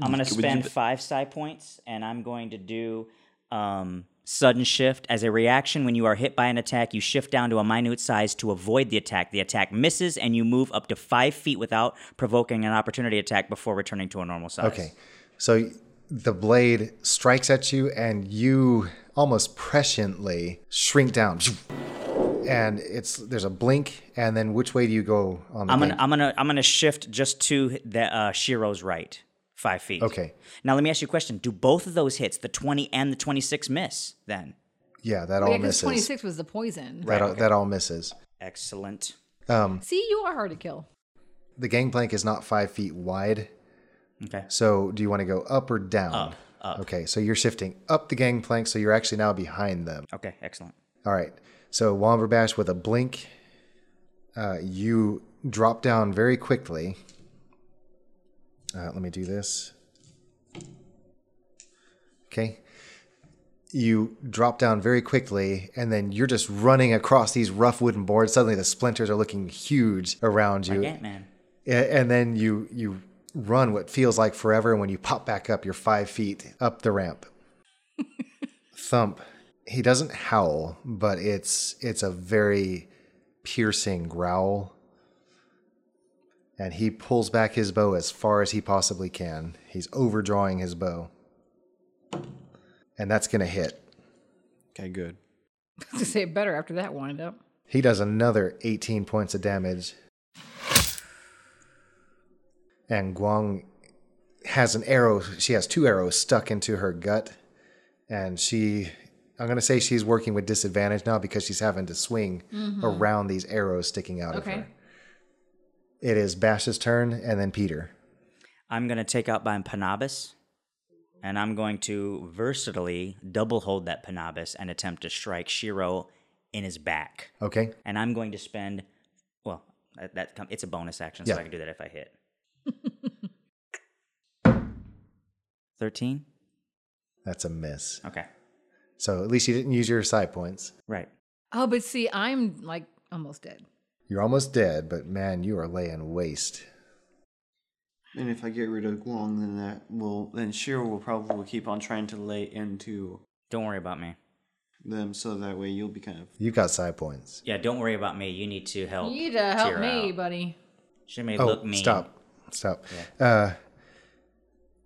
A: I'm going to spend five psi points and I'm going to do um, sudden shift. As a reaction, when you are hit by an attack, you shift down to a minute size to avoid the attack. The attack misses and you move up to five feet without provoking an opportunity attack before returning to a normal size.
D: Okay. So the blade strikes at you, and you almost presciently shrink down. And it's there's a blink, and then which way do you go on the
A: I'm gonna,
D: blink?
A: I'm gonna, I'm gonna shift just to the uh, Shiro's right, five feet.
D: Okay.
A: Now let me ask you a question: Do both of those hits, the 20 and the 26, miss? Then
D: Yeah, that all
B: Oh, Yeah, because
D: misses.
B: twenty six was the poison.
D: that, all, that all misses.
A: excellent.
D: Um,
B: See, you are hard to kill.
D: the gangplank is not five feet wide,
A: Okay.
D: so do you want to go up or down? Up, up. Okay, so you're shifting up the gangplank, so you're actually now behind them.
A: Okay. Excellent.
D: All right. So Womberbash with a blink, uh, you drop down very quickly. Uh, let me do this. Okay. You drop down very quickly, and then you're just running across these rough wooden boards. Suddenly, the splinters are looking huge around you.
A: Ant Man.
D: A- and then you you run what feels like forever and when you pop back up you're five feet up the ramp thump he doesn't howl but it's it's a very piercing growl and he pulls back his bow as far as he possibly can he's overdrawing his bow and that's gonna hit
C: Okay, good.
B: to say it better after that wind up.
D: He does another 18 points of damage. And Guang has an arrow. She has two arrows stuck into her gut. And she, I'm going to say she's working with disadvantage now because she's having to swing around these arrows sticking out of
B: Okay.
D: her. It is Bash's turn and then Peter.
A: I'm gonna take out by Panabas, and I'm going to versatilely double hold that Panabas and attempt to strike Shiro in his back.
D: Okay.
A: And I'm going to spend, well, that, that com- it's a bonus action, so
D: Yeah.
A: I can do that if I hit. Thirteen.
D: That's a miss.
A: Okay.
D: So at least you didn't use your side points.
A: Right.
B: Oh, but see, I'm like almost dead.
D: You're almost dead, but man, you are laying waste.
C: And if I get rid of Guang, then that will then Shiro will probably keep on trying to lay into
A: Don't worry about me.
C: them, so that way you'll be kind of
D: You've got side points.
A: Yeah, don't worry about me. You need to help.
B: you need to help
A: Tira
B: me,
A: out.
B: buddy.
A: She may
D: Oh,
A: look mean.
D: stop. Stop. Uh,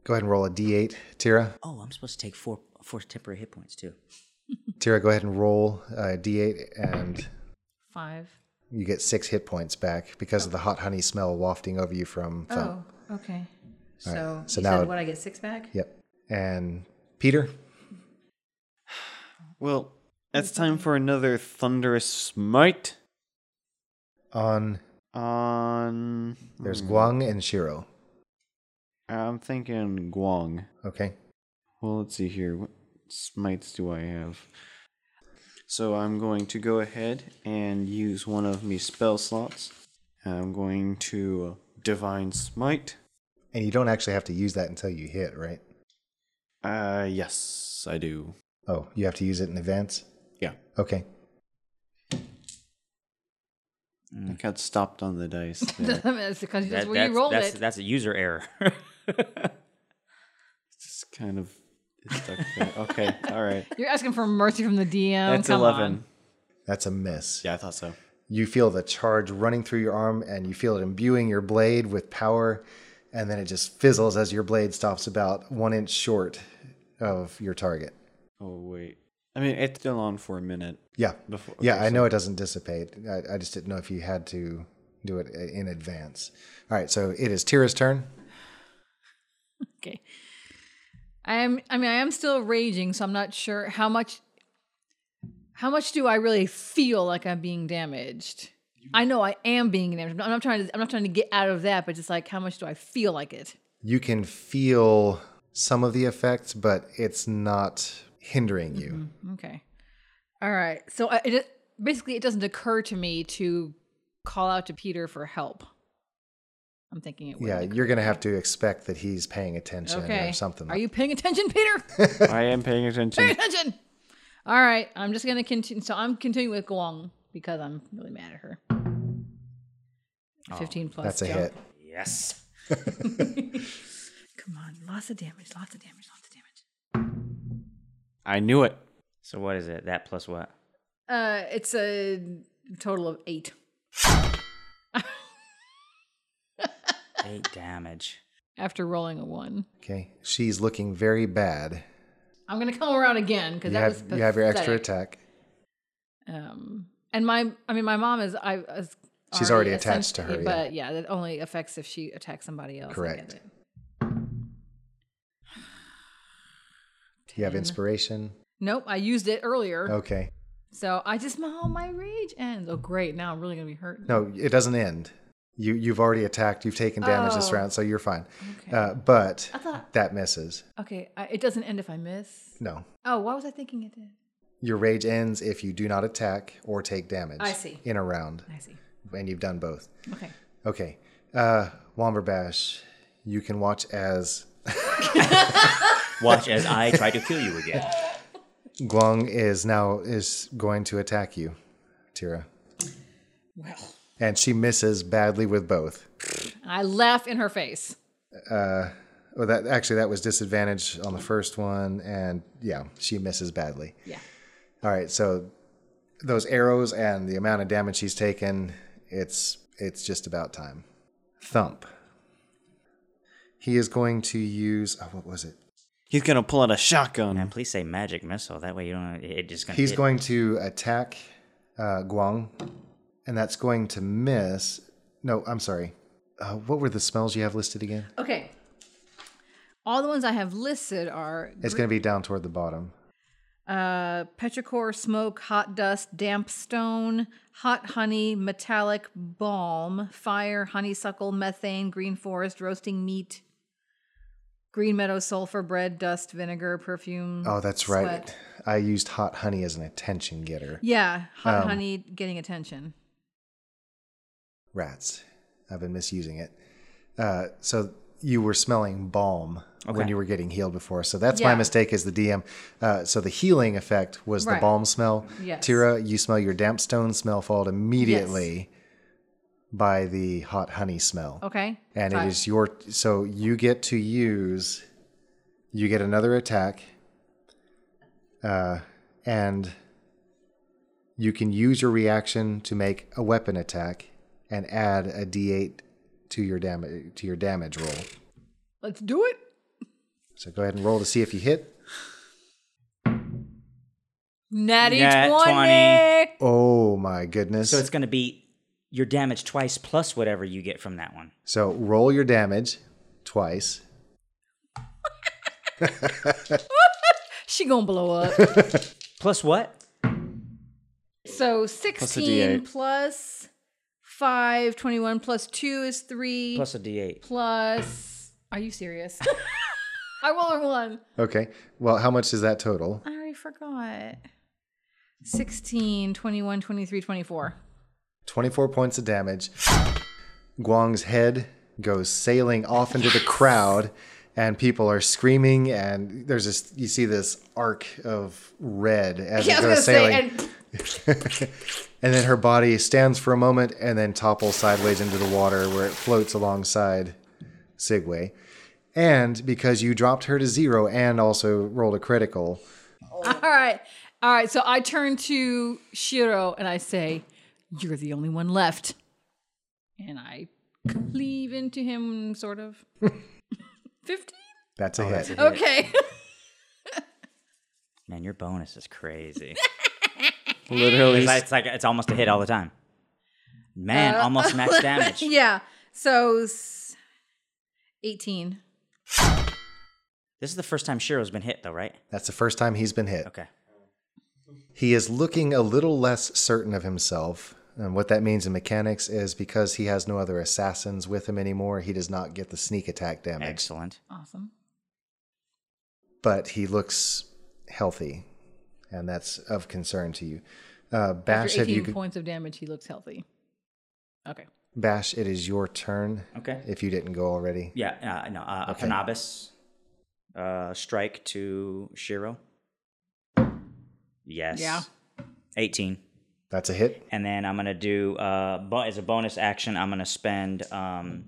D: go ahead and roll a d8, Tira.
A: Oh, I'm supposed to take four four temporary hit points too.
D: Tira, go ahead and roll a d8, and
B: Five.
D: you get six hit points back because of the hot honey smell wafting over you from Thump.
B: Oh, okay. So,
D: So
B: you
D: now-
B: said what I get six back?
D: Yep. And Peter,
B: Hmm.
C: Well, it's time for another thunderous smite
D: on
C: on.
D: there's
C: Hmm.
D: Guang and Shiro.
C: I'm thinking Guang.
D: Okay.
C: Well, let's see here. What smites do I have? So I'm going to go ahead and use one of me spell slots. I'm going to divine smite.
D: And you don't actually have to use that until you hit, right?
C: Uh, yes, I do.
D: Oh, you have to use it in advance?
C: Yeah.
D: Okay.
B: Hmm.
C: I got stopped on the dice. There.
B: That's because that's
A: That-
B: where you rolled
A: that's,
B: it.
A: that's a user error.
C: it's kind of it's stuck there. Okay, all right.
B: You're asking for mercy from the DM.
C: That's
B: Oh, Come
C: eleven.
B: on.
D: That's a miss.
C: Yeah, I thought so.
D: you feel the charge running through your arm and you feel it imbuing your blade with power and then it just fizzles as your blade stops about one inch short of your target
C: Oh wait. I mean, it's still on for a minute.
D: yeah
C: Before-
D: yeah
C: okay,
D: i know it doesn't dissipate I, I just didn't know if you had to do it uh, in advance. All right, so it is Tira's turn.
B: Okay. I am I mean I am still raging, so I'm not sure how much how much do I really feel like I'm being damaged? I know I am being damaged. I'm not trying to I'm not trying to get out of that, but just like how much do I feel like it?
D: You can feel some of the effects, but it's not hindering you.
B: Okay. All right. So I, it basically it doesn't occur to me to call out to Peter for help. I'm thinking it would.
D: Yeah, you're going to have to expect that he's paying attention
B: Okay.
D: or something.
B: Are you paying attention, Peter?
C: I am paying
B: Pay
C: attention.
B: attention. All right. I'm just gonna continue. So I'm continuing with Guang because I'm really mad at her. Fifteen plus.
D: Oh, That's a
B: jump.
D: hit.
A: Yes.
B: Come on, lots of damage, lots of damage, lots of damage.
C: I knew it.
A: So what is it? That plus what?
B: Uh, it's a total of eight.
A: Eight damage.
B: After rolling a one,
D: Okay. She's looking very bad.
B: I'm gonna come around again because
D: You
B: that
D: have
B: was
D: you have your extra
B: pathetic.
D: attack.
B: Um, and my, I mean, my mom is I. Is
D: She's already attached to her,
B: essentially-
D: yeah.
B: but yeah. that only affects if she attacks somebody else. I get
D: Correct.
B: it.
D: You have
B: Ten.
D: inspiration.
B: Nope, I used it earlier,
D: Okay.
B: so I just my all my rage ends. Oh great, now I'm really gonna be hurt.
D: No, it doesn't end. You you've already attacked. You've taken damage this
B: Oh.
D: round, so you're fine.
B: Okay.
D: Uh, but
B: I thought-
D: that misses.
B: okay, I, it doesn't end if I miss.
D: No,
B: Oh, why was I thinking it did?
D: your rage ends if you do not attack or take damage.
B: I see.
D: In a round,
B: I see.
D: and you've done both.
B: Okay.
D: Okay. Uh, Womberbash, you can watch as
A: Watch as I try to kill you again.
D: Glung is now is going to attack you, Tira,
B: Well,
D: and she misses badly with both.
B: I laugh in her face.
D: Well, that actually that was disadvantage on the first one, and yeah, she misses badly.
B: Yeah.
D: All right, so those arrows and the amount of damage he's taken, it's it's just about time. Thump. He is going to use oh, what was it?
C: He's gonna pull out a
A: And
C: shotgun.
A: please say magic missile. That way you don't. It it just gonna.
D: He's
A: hit.
D: going to attack uh, Guang, and that's going to miss. No, I'm sorry. Uh, what were the smells you have listed again?
B: Okay. All the ones I have listed are
D: It's going to be down toward the bottom.
B: uh, petrichor, smoke, hot dust, damp stone, hot honey, metallic balm, fire, honeysuckle, methane, green forest, roasting meat, green meadow, sulfur, bread, dust, vinegar, perfume.
D: Oh, that's right.
B: sweat.
D: I used hot honey as an attention getter.
B: Yeah, hot
D: Um,
B: honey getting attention.
D: Rats. I've been misusing it. Uh, so you were smelling balm when
A: Okay.
D: you were getting healed before. So that's my
B: Yeah.
D: mistake as the DM. Uh, so the healing effect was the
B: Right.
D: balm smell.
B: Yes.
D: Tira, you smell your damp stone smell followed immediately by the hot honey smell.
B: Okay.
D: And it
B: Five.
D: is your so you get to use you get another attack. Uh and you can use your reaction to make a weapon attack and add a d8 to your damage to your damage roll.
B: Let's do it.
D: So go ahead and roll to see if you hit.
B: Natty
A: Nat
B: 20.
D: Oh my goodness.
A: So it's gonna be your damage twice plus whatever you get from that one.
D: so roll your damage twice.
B: She gonna blow up.
A: Plus what?
B: So
C: a
B: 16
C: D8.
B: plus 5, 21 plus 2 is 3.
A: Plus a d8.
B: plus- Are you serious? I rolled a 1.
D: Okay. Well, how much is that total?
B: I already forgot. 16, 21, 23, 24.
D: 24 points of damage. Guang's head goes sailing off into the crowd, and people are screaming. And there's this you see this arc of red as
B: Yeah, I
D: it
B: was
D: goes
B: gonna say,
D: sailing.
B: and
D: and then her body stands for a moment and then topples sideways into the water where it floats alongside Sigway. And because you dropped her to zero and also rolled a critical,
B: all right. All right. So I turn to Shiro and I say, You're the only one left. And I cleave into him, sort of. 15?
D: Oh, that's a hit.
B: Okay.
A: Man, your bonus is crazy.
C: Literally,
A: it's like it's almost a hit all the time. Man,
B: Uh,
A: almost max damage.
B: yeah. So s- 18.
A: This is the first time Shiro's been hit, though, right?
D: That's the first time he's been hit.
A: Okay.
D: He is looking a little less certain of himself. And what that means in mechanics is because he has no other assassins with him anymore, he does not get the sneak attack damage.
A: Excellent.
B: Awesome.
D: But he looks healthy, and that's of concern to you. Uh, Bash,
B: After
D: have
B: 18
D: you
B: points of damage, he looks healthy. Okay.
D: Bash? It is your turn.
A: Okay.
D: If you didn't go already,
A: Yeah, uh, no, uh,
D: Okay.
A: Akanabis, uh, strike to Shiro. Yes.
B: Yeah.
A: 18.
D: that's a hit.
A: And then I'm going to do, uh, bo- as a bonus action, I'm going to spend, um,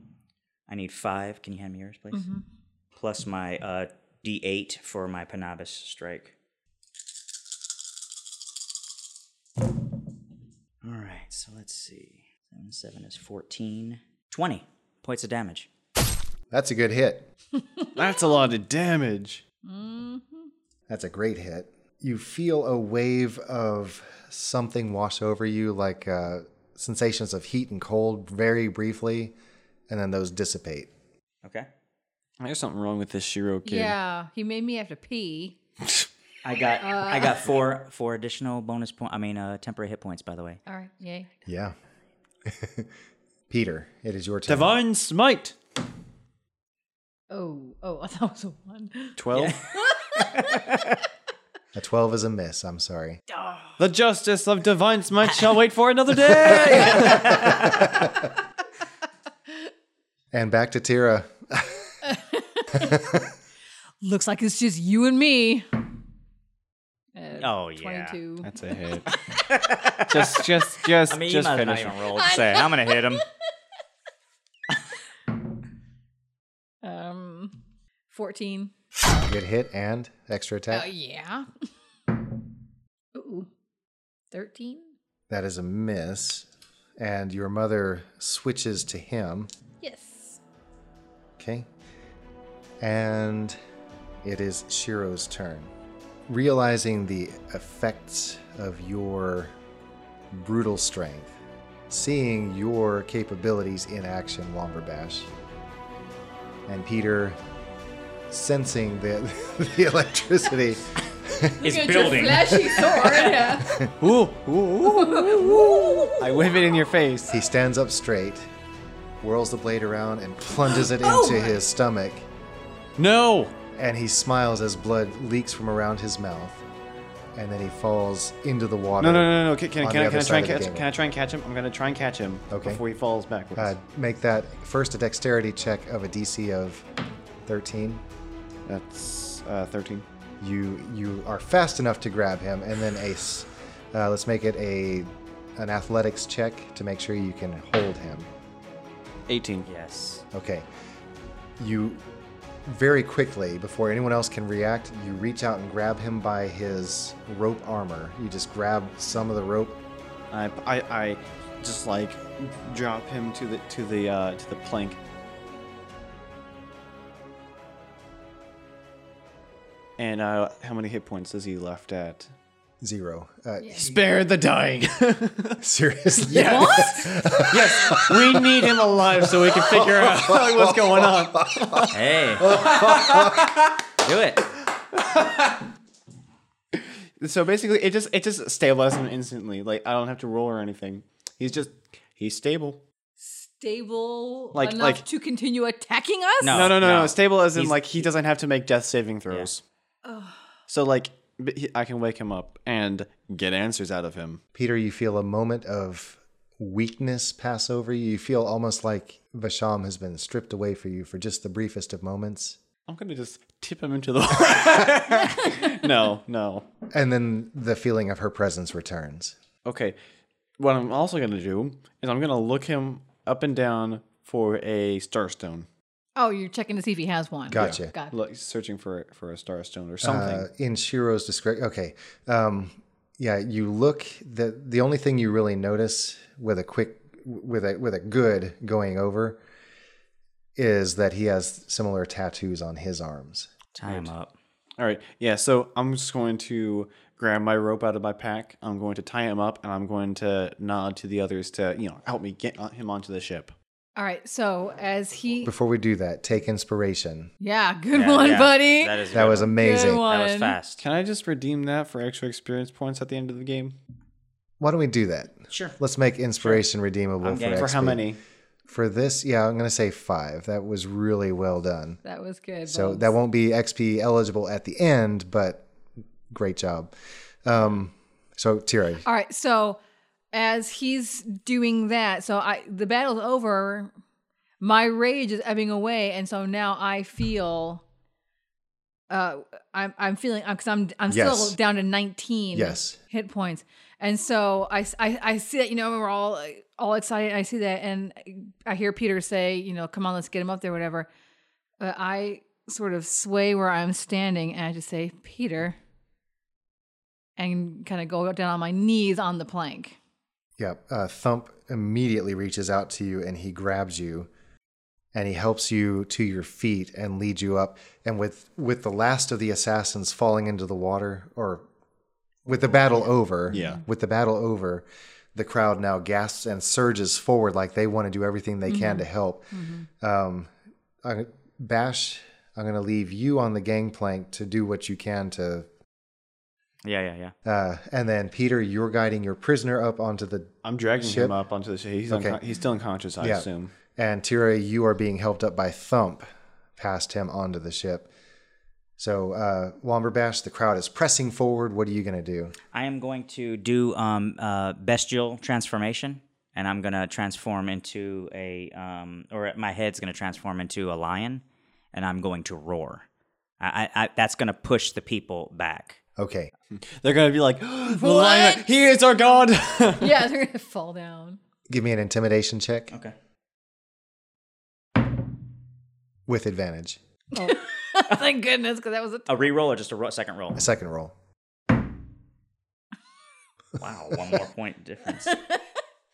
A: I need five. Can you hand me yours, please? Plus my uh, D8 for my Panabis strike. All right, so let's see. 7, 7 is 14. 20 points of damage.
D: That's a good hit.
C: That's a lot of damage.
D: That's a great hit. You feel a wave of something wash over you, like uh, sensations of heat and cold, very briefly, and then those dissipate.
A: Okay.
C: There's something wrong with this Shiro kid.
B: Yeah. He made me have to pee.
A: I got I got
B: Uh.
A: four four additional bonus point. I mean, uh, temporary hit points. By the way,
B: All right. Yay.
D: Yeah. Peter, it is your turn.
C: Divine Smite.
B: Oh, oh, I thought it was a one.
C: 12.
D: A 12 is a miss. I'm sorry.
C: The justice of Divine Smite shall wait for another day.
D: And back to Tira.
B: Looks like it's just you and me. Uh,
A: oh
B: 22.
C: That's a hit. just, just, just,
A: I mean,
C: just
A: you might as well
C: finish
A: not even
C: him.
A: roll. Just say I'm gonna hit him.
B: Um, 14.
D: Good hit and extra
B: Oh,
D: attack.
B: yeah. Ooh. 13?
D: That is a miss. And your mother switches to him.
B: Yes.
D: Okay. And it is Shiro's turn. Realizing the effects of your brutal strength, seeing your capabilities in action, Lomberbash, and Peter sensing the, the electricity,
A: It's
B: Look at your Flashy sword. Yeah.
C: Ooh, ooh, ooh, ooh. I whip it in your face.
D: he stands up straight, whirls the blade around, and plunges it into his stomach.
C: No.
D: and he smiles as blood leaks from around his mouth, and then he falls into the water.
C: No, no, no, no. Can, can,
D: On
C: can, I,
D: the
C: can, I try
D: other side
C: and
D: of the
C: catch,
D: game.
C: can I try and catch him? I'm going to try and catch him
D: Okay.
C: before he falls backwards.
D: Uh, make that first a dexterity check of a DC of 13.
C: That's uh, 13.
D: You you are fast enough to grab him, and then ace. Uh, let's make it a an athletics check to make sure you can hold him.
C: 18.
A: Yes.
D: Okay. You very quickly, before anyone else can react, you reach out and grab him by his rope armor. You just grab some of the rope
C: I, I, I just like drop him to the to the uh, to the plank. And uh, how many hit points is he left at?
D: zero. Uh,
C: Spare the dying.
D: Seriously?
C: yes, we need him alive so we can figure out what's going on.
A: Hey. Do it.
C: So basically, it just it just stabilizes him instantly. Like I don't have to roll or anything. He's just he's stable.
B: Stable
C: Like-
B: enough
C: like-
B: to continue attacking us?
A: No.
C: No, no, no, no.
A: Oh, no.
C: Stable as in
A: He's-
C: like he doesn't have to make death saving throws. So like b- he- I can wake him up and get answers out of him.
D: Peter, you feel a moment of weakness pass over you. You feel almost like Vasham has been stripped away for you for just the briefest of moments.
C: I'm gonna just tip him into the. no, no.
D: And then the feeling of her presence returns.
C: Okay. What I'm also gonna do is I'm gonna look him up and down for a starstone.
B: Oh, you're checking to see if he has one.
D: Gotcha.
B: Got
C: Look, searching for for a starstone or something.
D: Uh, in Shiro's description, okay. Um, yeah, you look. the The only thing you really notice with a quick, with a with a good going over, is that he has similar tattoos on his arms.
A: Time up.
C: All right. Yeah. So I'm just going to grab my rope out of my pack. I'm going to tie him up, and I'm going to nod to the others to you know help me get on- him onto the ship.
B: All right. So as he,
D: Before we do that, take inspiration.
B: yeah, good
A: Yeah,
B: one,
A: yeah.
B: buddy.
A: That is a
D: That
A: good
D: was
A: one.
D: amazing.
B: Good one.
A: That was fast.
C: Can I just redeem that for extra experience points at the end of the game?
D: Why don't we do that?
A: Sure.
D: Let's make inspiration redeemable
A: I'm
D: for,
A: game.
C: For how
D: XP.
C: many?
D: For this, yeah, I'm going to say five. That was really well done.
B: That was good.
D: So
B: Bones.
D: that won't be XP eligible at the end, but great job. Um, so Tira,
A: Uh,
B: All right. So as he's doing that, so I the battle's over. My rage is ebbing away, and so now I feel. Uh, I'm I'm feeling because I'm I'm
D: Yes.
B: still down to 19
D: Yes.
B: hit points, and so I, s- I- I see that you know we're all like, all excited. I see that, and I hear Peter say, you know, come on, let's get him up there, whatever. But I sort of sway where I'm standing, and I just say, Peter, and kind of go down on my knees on the plank.
D: yeah, uh, Thump immediately reaches out to you and he grabs you, and he helps you to your feet and leads you up. And with with the last of the assassins falling into the water, or with the battle over,
C: Yeah.
D: with the battle over, the crowd now gasps and surges forward like they want to do everything they can to help. Um, I, Bash, I'm going to leave you on the gangplank to do what you can to.
A: Yeah, yeah, yeah.
D: Uh, and then Peter, you're guiding your prisoner up onto the,
C: I'm dragging
D: Ship?
C: him up onto the ship. He's
D: Okay.
C: uncon- he's still unconscious, I
D: Yeah.
C: assume.
D: and Tira, you are being helped up by Thump, past him onto the ship. So, uh, Womber Bash, the crowd is pressing forward. What are you going to do?
A: I am going to do um, uh, bestial transformation, and I'm gonna transform into a, um, or my head's gonna transform into a lion, and I'm going to roar. I, I, I that's gonna push the people back.
D: Okay.
C: They're gonna be like, the lion, he is our god.
B: yeah, they're gonna fall down.
D: Give me an intimidation check
A: Okay.
D: with advantage.
B: Oh. Thank goodness, because that was a
A: A re-roll or just a ro- second roll?
D: A second roll.
A: Wow, one more point difference.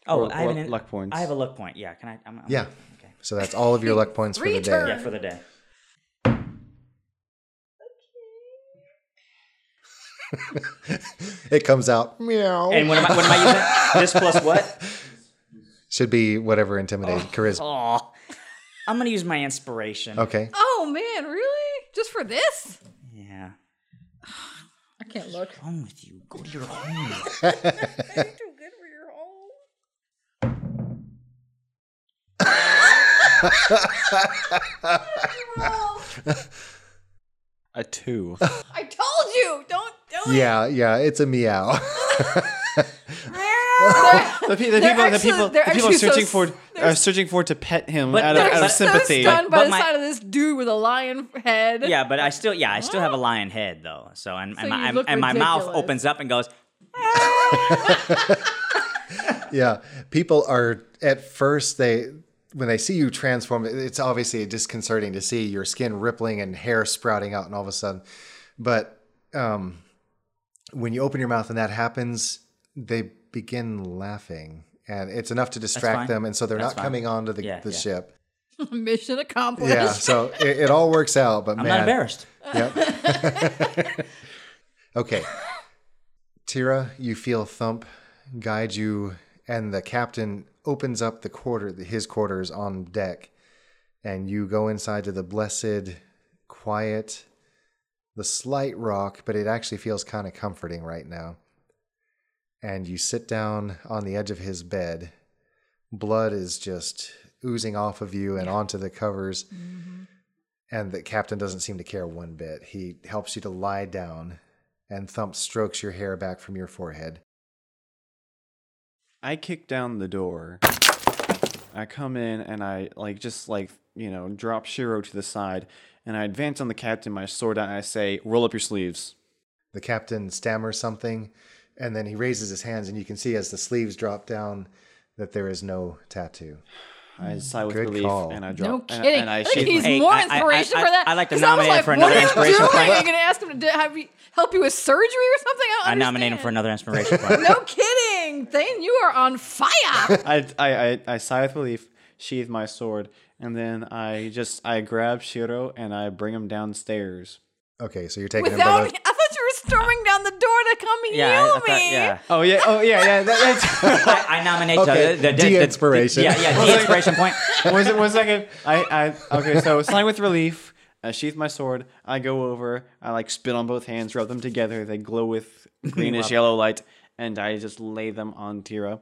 A: Oh,
C: Or-
A: I have
C: or
A: an-
C: luck points.
A: I have a luck point. Yeah, can I? I'm, I'm,
D: Yeah.
A: Okay.
D: So that's all of your luck points for the day.
A: Yeah, for the day.
D: It comes out meow.
A: And what am I? What am I using? this plus what?
D: Should be whatever intimidation charisma.
A: Oh, I'm gonna use my inspiration.
D: Okay.
B: oh man, really? Just for this?
A: Yeah.
B: I can't look.
A: Wrong with you? Go to your home.
B: Too good for your home.
C: a two.
B: I told you, don't do it.
D: Yeah, yeah, it's a meow.
C: The, pe- the
B: They're
C: people,
B: actually-
C: the people,
B: they're
C: the people are
B: actually so
C: searching for
B: s-
C: are searching for to pet him
A: But
C: out of,
A: they're
C: out of
A: so
C: sympathy.
B: stunned by
A: But
B: the
A: my-
B: side of this dude with a lion head.
A: yeah, but I still, yeah, I still have a lion head though. So and and,
B: you
A: my, and,
B: look
A: my mouth
B: ridiculous.
A: opens up and goes.
D: yeah, people are at first they when they see you transform, it- it's obviously disconcerting to see your skin rippling and hair sprouting out, and all of a sudden, but um, when you open your mouth and that happens, they begin laughing, and it's enough to
A: fine.
D: distract them, and so they're
A: That's
D: not
A: fine.
D: coming onto the,
A: Yeah,
D: the
A: yeah.
D: ship.
B: Mission accomplished.
D: Yeah, so it, it all works out. But
A: I'm not
D: man,
A: embarrassed.
D: Okay. Tira, you feel Thump guide you, and the captain opens up the quarter, his quarters on deck, and you go inside to the blessed, quiet, the slight rock, but it actually feels kind of comforting right now. And you sit down on the edge of his bed. Blood is just oozing off of you and onto the covers. And the captain doesn't seem to care one bit. He helps you to lie down and Thump strokes your hair back from your forehead.
C: I kick down the door. I come in and I like just like you know drop Shiro to the side, and I advance on the captain, my sword out, and I say, "Roll up your sleeves."
D: The captain stammers something, and then he raises his hands, and you can see as the sleeves drop down that there is no tattoo.
C: I sigh with
D: Hmm. Good
C: relief,
D: call.
C: and I
B: No
C: drop. and I-
B: kidding.
C: And,
B: I,
C: I
B: think
C: shake
B: he's
C: my-
A: Hey,
B: more
A: I- I-
B: inspiration
A: I-
B: for that.
A: I like to
B: 'cause I was
A: nominate him
B: like,
A: for another
B: what are you
A: inspiration
B: doing?
A: point.
B: Are you going to ask him to do- have you, help you with surgery or something? I,
A: I
B: don't
A: nominate him for
B: understand.
A: another inspiration point.
B: No kidding, Thane. You are on fire.
C: I, I, I, I sigh with relief, sheathe my sword, and then I just I grab Shiro and I bring him downstairs.
D: Okay, so you're taking him below.
B: Without, I thought you storming down the door to come
A: Yeah,
B: heal
A: I, I
B: me.
A: thought, yeah.
C: Oh yeah. Oh yeah. Yeah. That, that's.
A: I, I nominate uh,
D: Okay,
A: the, the, the
D: de-inspiration.
A: yeah, yeah, de-inspiration point.
C: was it one second? I, I okay. So sign with relief. I sheath my sword. I go over. I like spit on both hands, rub them together. They glow with greenish yellow light, and I just lay them on Tira.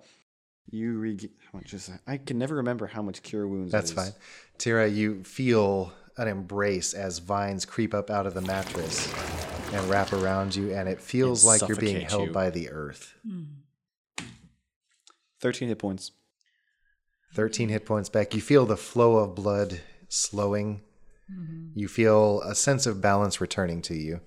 C: You re- how much is that? I can never remember how much cure wounds.
D: That's
C: is.
D: fine. Tira, you feel an embrace as vines creep up out of the mattress and wrap around you, and it feels
C: And
D: like you're being
C: suffocate
D: held
C: you.
D: by the earth.
C: Thirteen hit points.
D: 13 hit points back. You feel the flow of blood slowing.
B: Mm-hmm.
D: You feel a sense of balance returning to you.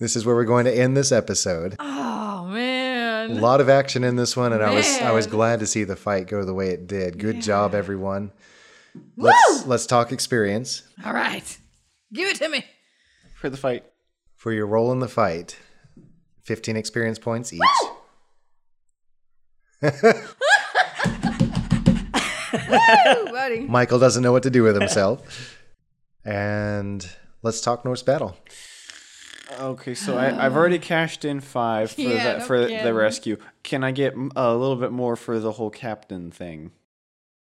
D: This is where we're going to end this episode.
B: Oh
D: A
B: man.
D: lot of action in this one, and I was I was
B: Man.
D: glad to see the fight go the way it did. Good job, everyone. Let's let's talk experience.
B: All right. Give it to me.
C: For the fight.
D: For your role in the fight, 15 experience points each.
B: Ooh, buddy.
D: Michael doesn't know what to do with himself. and let's talk Norse battle.
C: Okay, so I, I've already cashed in five for
B: Uh. Yeah,
C: the
B: no
C: for the
B: kidding.
C: rescue. Can I get mm, a little bit more for the whole captain thing?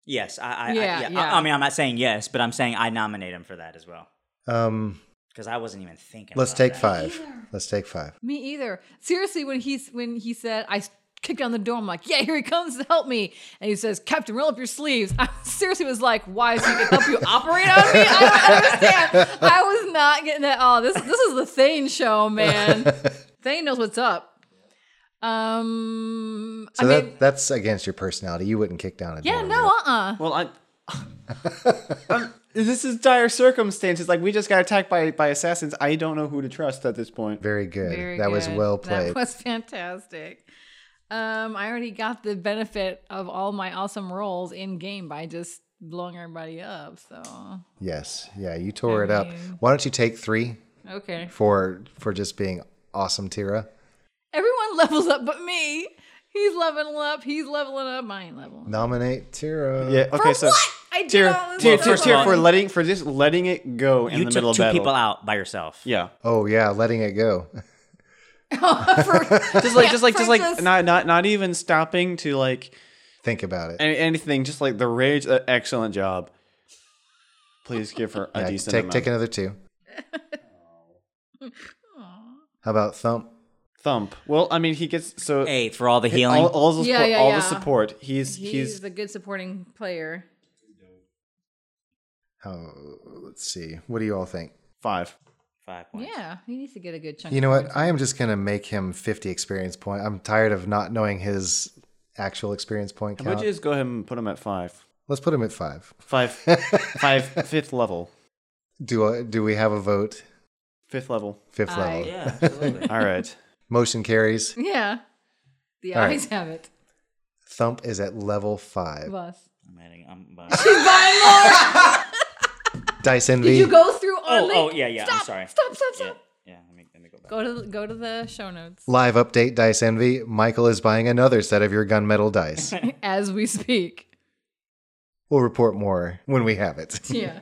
A: Yes, I, I,
B: Yeah,
A: I, yeah,
B: yeah.
A: I, I mean, I'm not saying yes, but I'm saying I nominate him for that as well
D: Um,
A: because I wasn't even thinking.
D: let's
A: about
D: take
A: that.
D: five. Let's take five.
B: Me either. Seriously, when he's when he said I s- kicked on the door, I'm like, yeah, here he comes to help me. And he says, Captain, roll up your sleeves. I seriously was like, why is he gonna help you operate on me? I don't understand. I was not getting that. Oh, this this is the Thane show, man. Thane knows what's up. Um,
D: So
B: I
D: that,
B: mean,
D: that's against your personality. You wouldn't kick down a
B: yeah,
D: door.
B: no, uh, uh
C: Well, I. I'm- this is dire circumstances. Like we just got attacked by by assassins. I don't know who to trust at this point.
D: Very good.
B: Very
D: that was
B: good.
D: well played.
B: That was fantastic. Um, I already got the benefit of all my awesome rolls in game by just blowing everybody up. So
D: yes. Yeah, you tore
B: I
D: it up.
B: mean-
D: Why don't you take three
B: okay,
D: for for just being awesome, Tira?
B: everyone levels up, but me. He's leveling up. He's leveling up. I ain't leveling. up.
D: Nominate Tira.
C: Yeah. Okay. so
B: what? I did
C: tier
B: all this
C: tier
B: stuff
C: tier tier
B: on-
C: for letting for just letting it go in
A: You
C: the middle
A: took
C: of
A: two
C: battle.
A: people out by yourself.
C: Yeah.
D: Oh yeah, letting it go.
B: For-
C: Just like
B: Yeah,
C: just like
B: for
C: just like
B: just-
C: not not not even stopping to like
D: Think about it.
C: any, anything. Just like the rage. Uh, excellent job. Please give her a
D: Yeah,
C: decent
D: take
C: amount.
D: take another two. How about thump?
C: Thump. Well, I mean, he gets so
A: Hey, for all the healing.
C: all, all the support,
B: Yeah, yeah,
C: all
B: yeah.
C: the support. He's
B: he's,
C: he's
B: a good supporting player.
D: How? Let's see. What do you all think?
C: five.
A: Five points.
B: Yeah, he needs to get a good chunk.
D: You know
B: of
D: what? I am just gonna make him fifty experience point. I'm tired of not knowing his actual experience point
C: How about
D: count.
C: you just go ahead and put him at five?
D: Let's put him at five.
C: Five, five, fifth level.
D: Do I, do we have a vote?
C: Fifth level.
D: Fifth
B: Aye.
D: level.
A: Yeah, absolutely.
C: All right.
D: Motion carries.
B: Yeah, the
D: All right.
B: eyes have it.
D: Thump is at level five.
B: Bus.
A: I'm adding- I'm uh, buying-
D: Dice envy.
B: Did you go through? our
A: Oh, oh,
B: link?
A: yeah, yeah.
B: Stop,
A: I'm sorry.
B: Stop! Stop! Stop!
A: Yeah, yeah. Let me, let me go back.
B: Go to the- go to the show notes
D: Live update, Dice Envy. Michael is buying another set of your gunmetal dice.
B: as we speak.
D: we'll report more when we have it.
B: Yeah.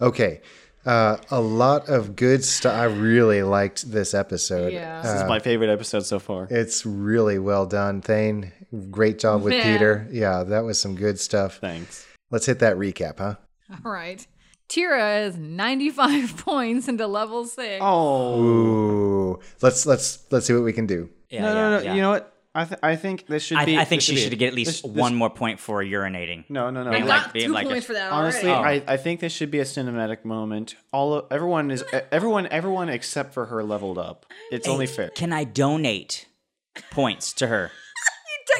D: Okay. Uh, a lot of good stuff. I really liked this episode.
B: Yeah.
C: This
D: Uh,
C: is my favorite episode so far.
D: it's really well done, Thane. Great job with
B: Yeah.
D: Peter. Yeah, that was some good stuff.
C: Thanks.
D: Let's hit that recap, huh?
B: All right. Tira is 95 points into level 6.
C: Oh
D: Ooh, let's let's let's see what we can do.
A: Yeah,
C: no,
A: yeah,
C: no, no.
A: yeah.
C: You know what? I th- I think this should
A: I,
C: be.
A: I think
C: this
A: she
C: be-
A: should get at least
C: this- this-
A: one more point for urinating.
C: No, no, no.
B: I
A: Being
B: got
A: like- being
B: two
A: like a-
B: points for that
C: Honestly, uh,
B: already.
C: I, I think this should be a cinematic moment. All of, everyone is e, everyone everyone except for her leveled up. It's only fair.
A: Can I donate points to her?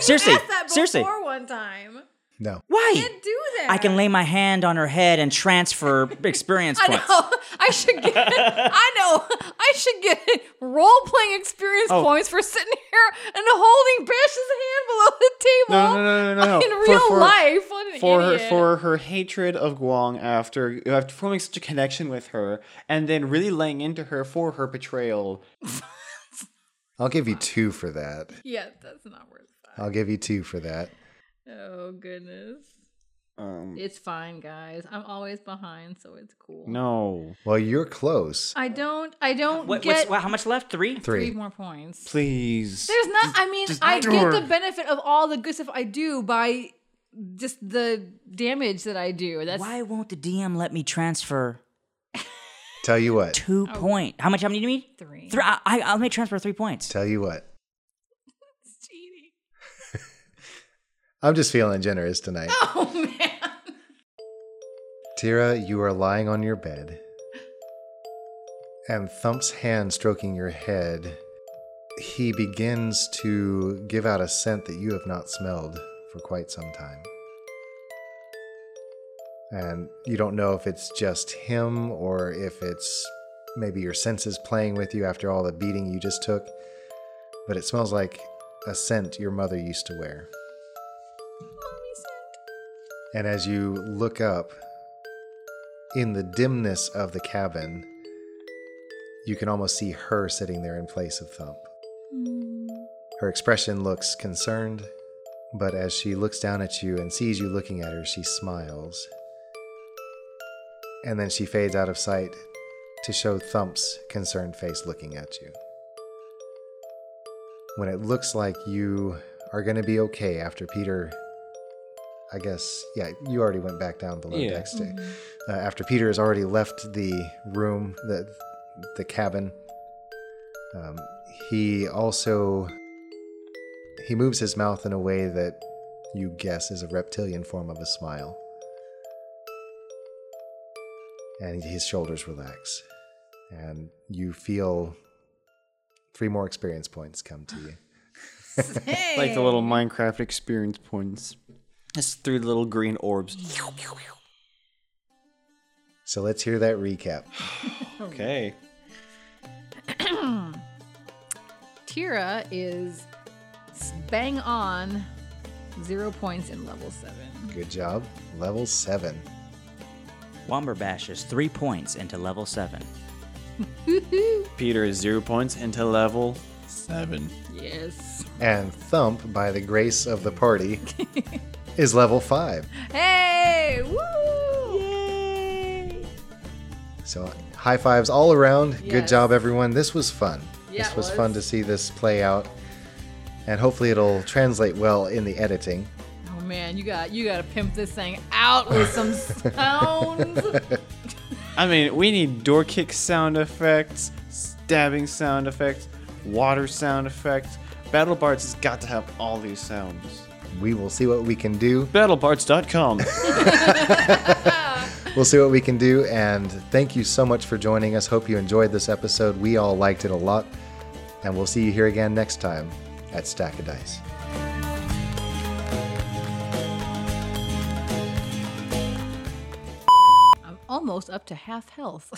A: Seriously, seriously.
B: one time.
D: No,
A: Why?
B: Do that.
A: I can lay my hand on her head and transfer experience
B: I
A: points.
B: know. Oh, I should get. I know. I should get role playing experience
C: Oh.
B: points for sitting here and holding Bash's hand below the table.
C: No, no, no, no, no, no.
B: In
C: For-
B: real
C: for-
B: life, what an
C: for her
B: idiot.
C: for her hatred of Guang after after forming such a connection with her, and then really laying into her for her betrayal.
D: I'll give you two for that.
B: yeah, that's not worth
D: I'll give you two for that.
B: it. Oh goodness.
C: Um,
B: It's fine, guys. I'm always behind, so it's cool.
C: no,
D: Well, you're close.
B: I don't. I don't
A: What, what's,
B: get
A: wha- how much left? Three?
B: three.
D: Three.
B: more points.
C: please.
B: There's not. I mean,
C: Just
B: I get the
C: door.
B: benefit of all the good stuff I do by just the damage that I do. That's
A: Why won't the DM let me transfer
D: Tell you what.
A: two point? How much? How many do you need?
B: three.
A: Three. I, I, I'll make transfer three points.
D: Tell you what.
B: It's cheating.
D: I'm just feeling generous tonight.
B: Oh man.
D: Tira, you are lying on your bed. And Thump's hand stroking your head, he begins to give out a scent that you have not smelled for quite some time. And you don't know if it's just him or if it's maybe your senses playing with you after all the beating you just took, but it smells like a scent your mother used to wear. And as you look up, in the dimness of the cabin, you can almost see her sitting there in place of Thump. Her expression looks concerned, but as she looks down at you and sees you looking at her, she smiles. And then she fades out of sight to show Thump's concerned face looking at you. When it looks like you are going to be okay after Peter, I guess, yeah, you already went back down below
C: Yeah.
D: decks to uh, after Peter has already left the room, the the cabin. Um, he also he moves his mouth in a way that you guess is a reptilian form of a smile, and his shoulders relax, and you feel three more experience points come to you.
C: like the little Minecraft experience points. It's through the little green orbs.
D: So let's hear that recap.
C: Okay.
B: Tira is bang on zero points in level seven.
D: Good job, level seven.
A: Womber bashes three points into level seven.
B: Woohoo!
C: Peter is zero points into level.
F: Seven.
B: Yes.
D: and Thump, by the grace of the party, is level five.
B: Hey! Woo! Yay!
D: So high fives all around. Good
B: Yes.
D: job, everyone. This was fun.
B: Yeah,
D: this
B: it
D: was,
B: was.
D: fun to see this play out, and hopefully it'll translate well in the editing.
B: Oh man, you got you got to pimp this thing out with some sounds.
C: I mean, we need door kick sound effects, stabbing sound effects, water sound effects. Battle Bards has got to have all these sounds.
D: We will see what we can do.
C: BattleBards.com.
D: We'll see what we can do. And thank you so much for joining us. Hope you enjoyed this episode. We all liked it a lot. And we'll see you here again next time at Stack of Dice.
B: I'm almost up to half health.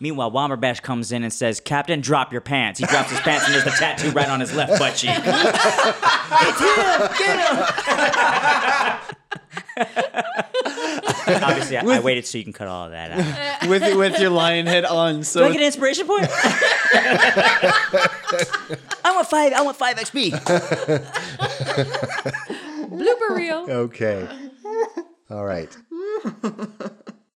A: Meanwhile, Womber Bash comes in and says, Captain, drop your pants. He drops his pants and there's the tattoo right on his left butt cheek. Obviously, I, I waited so you can cut all of that out.
C: with with your lion head on.
A: Do
C: So
A: I get an inspiration point? I want five. I want five XP.
B: Blooper reel.
D: Okay. All right.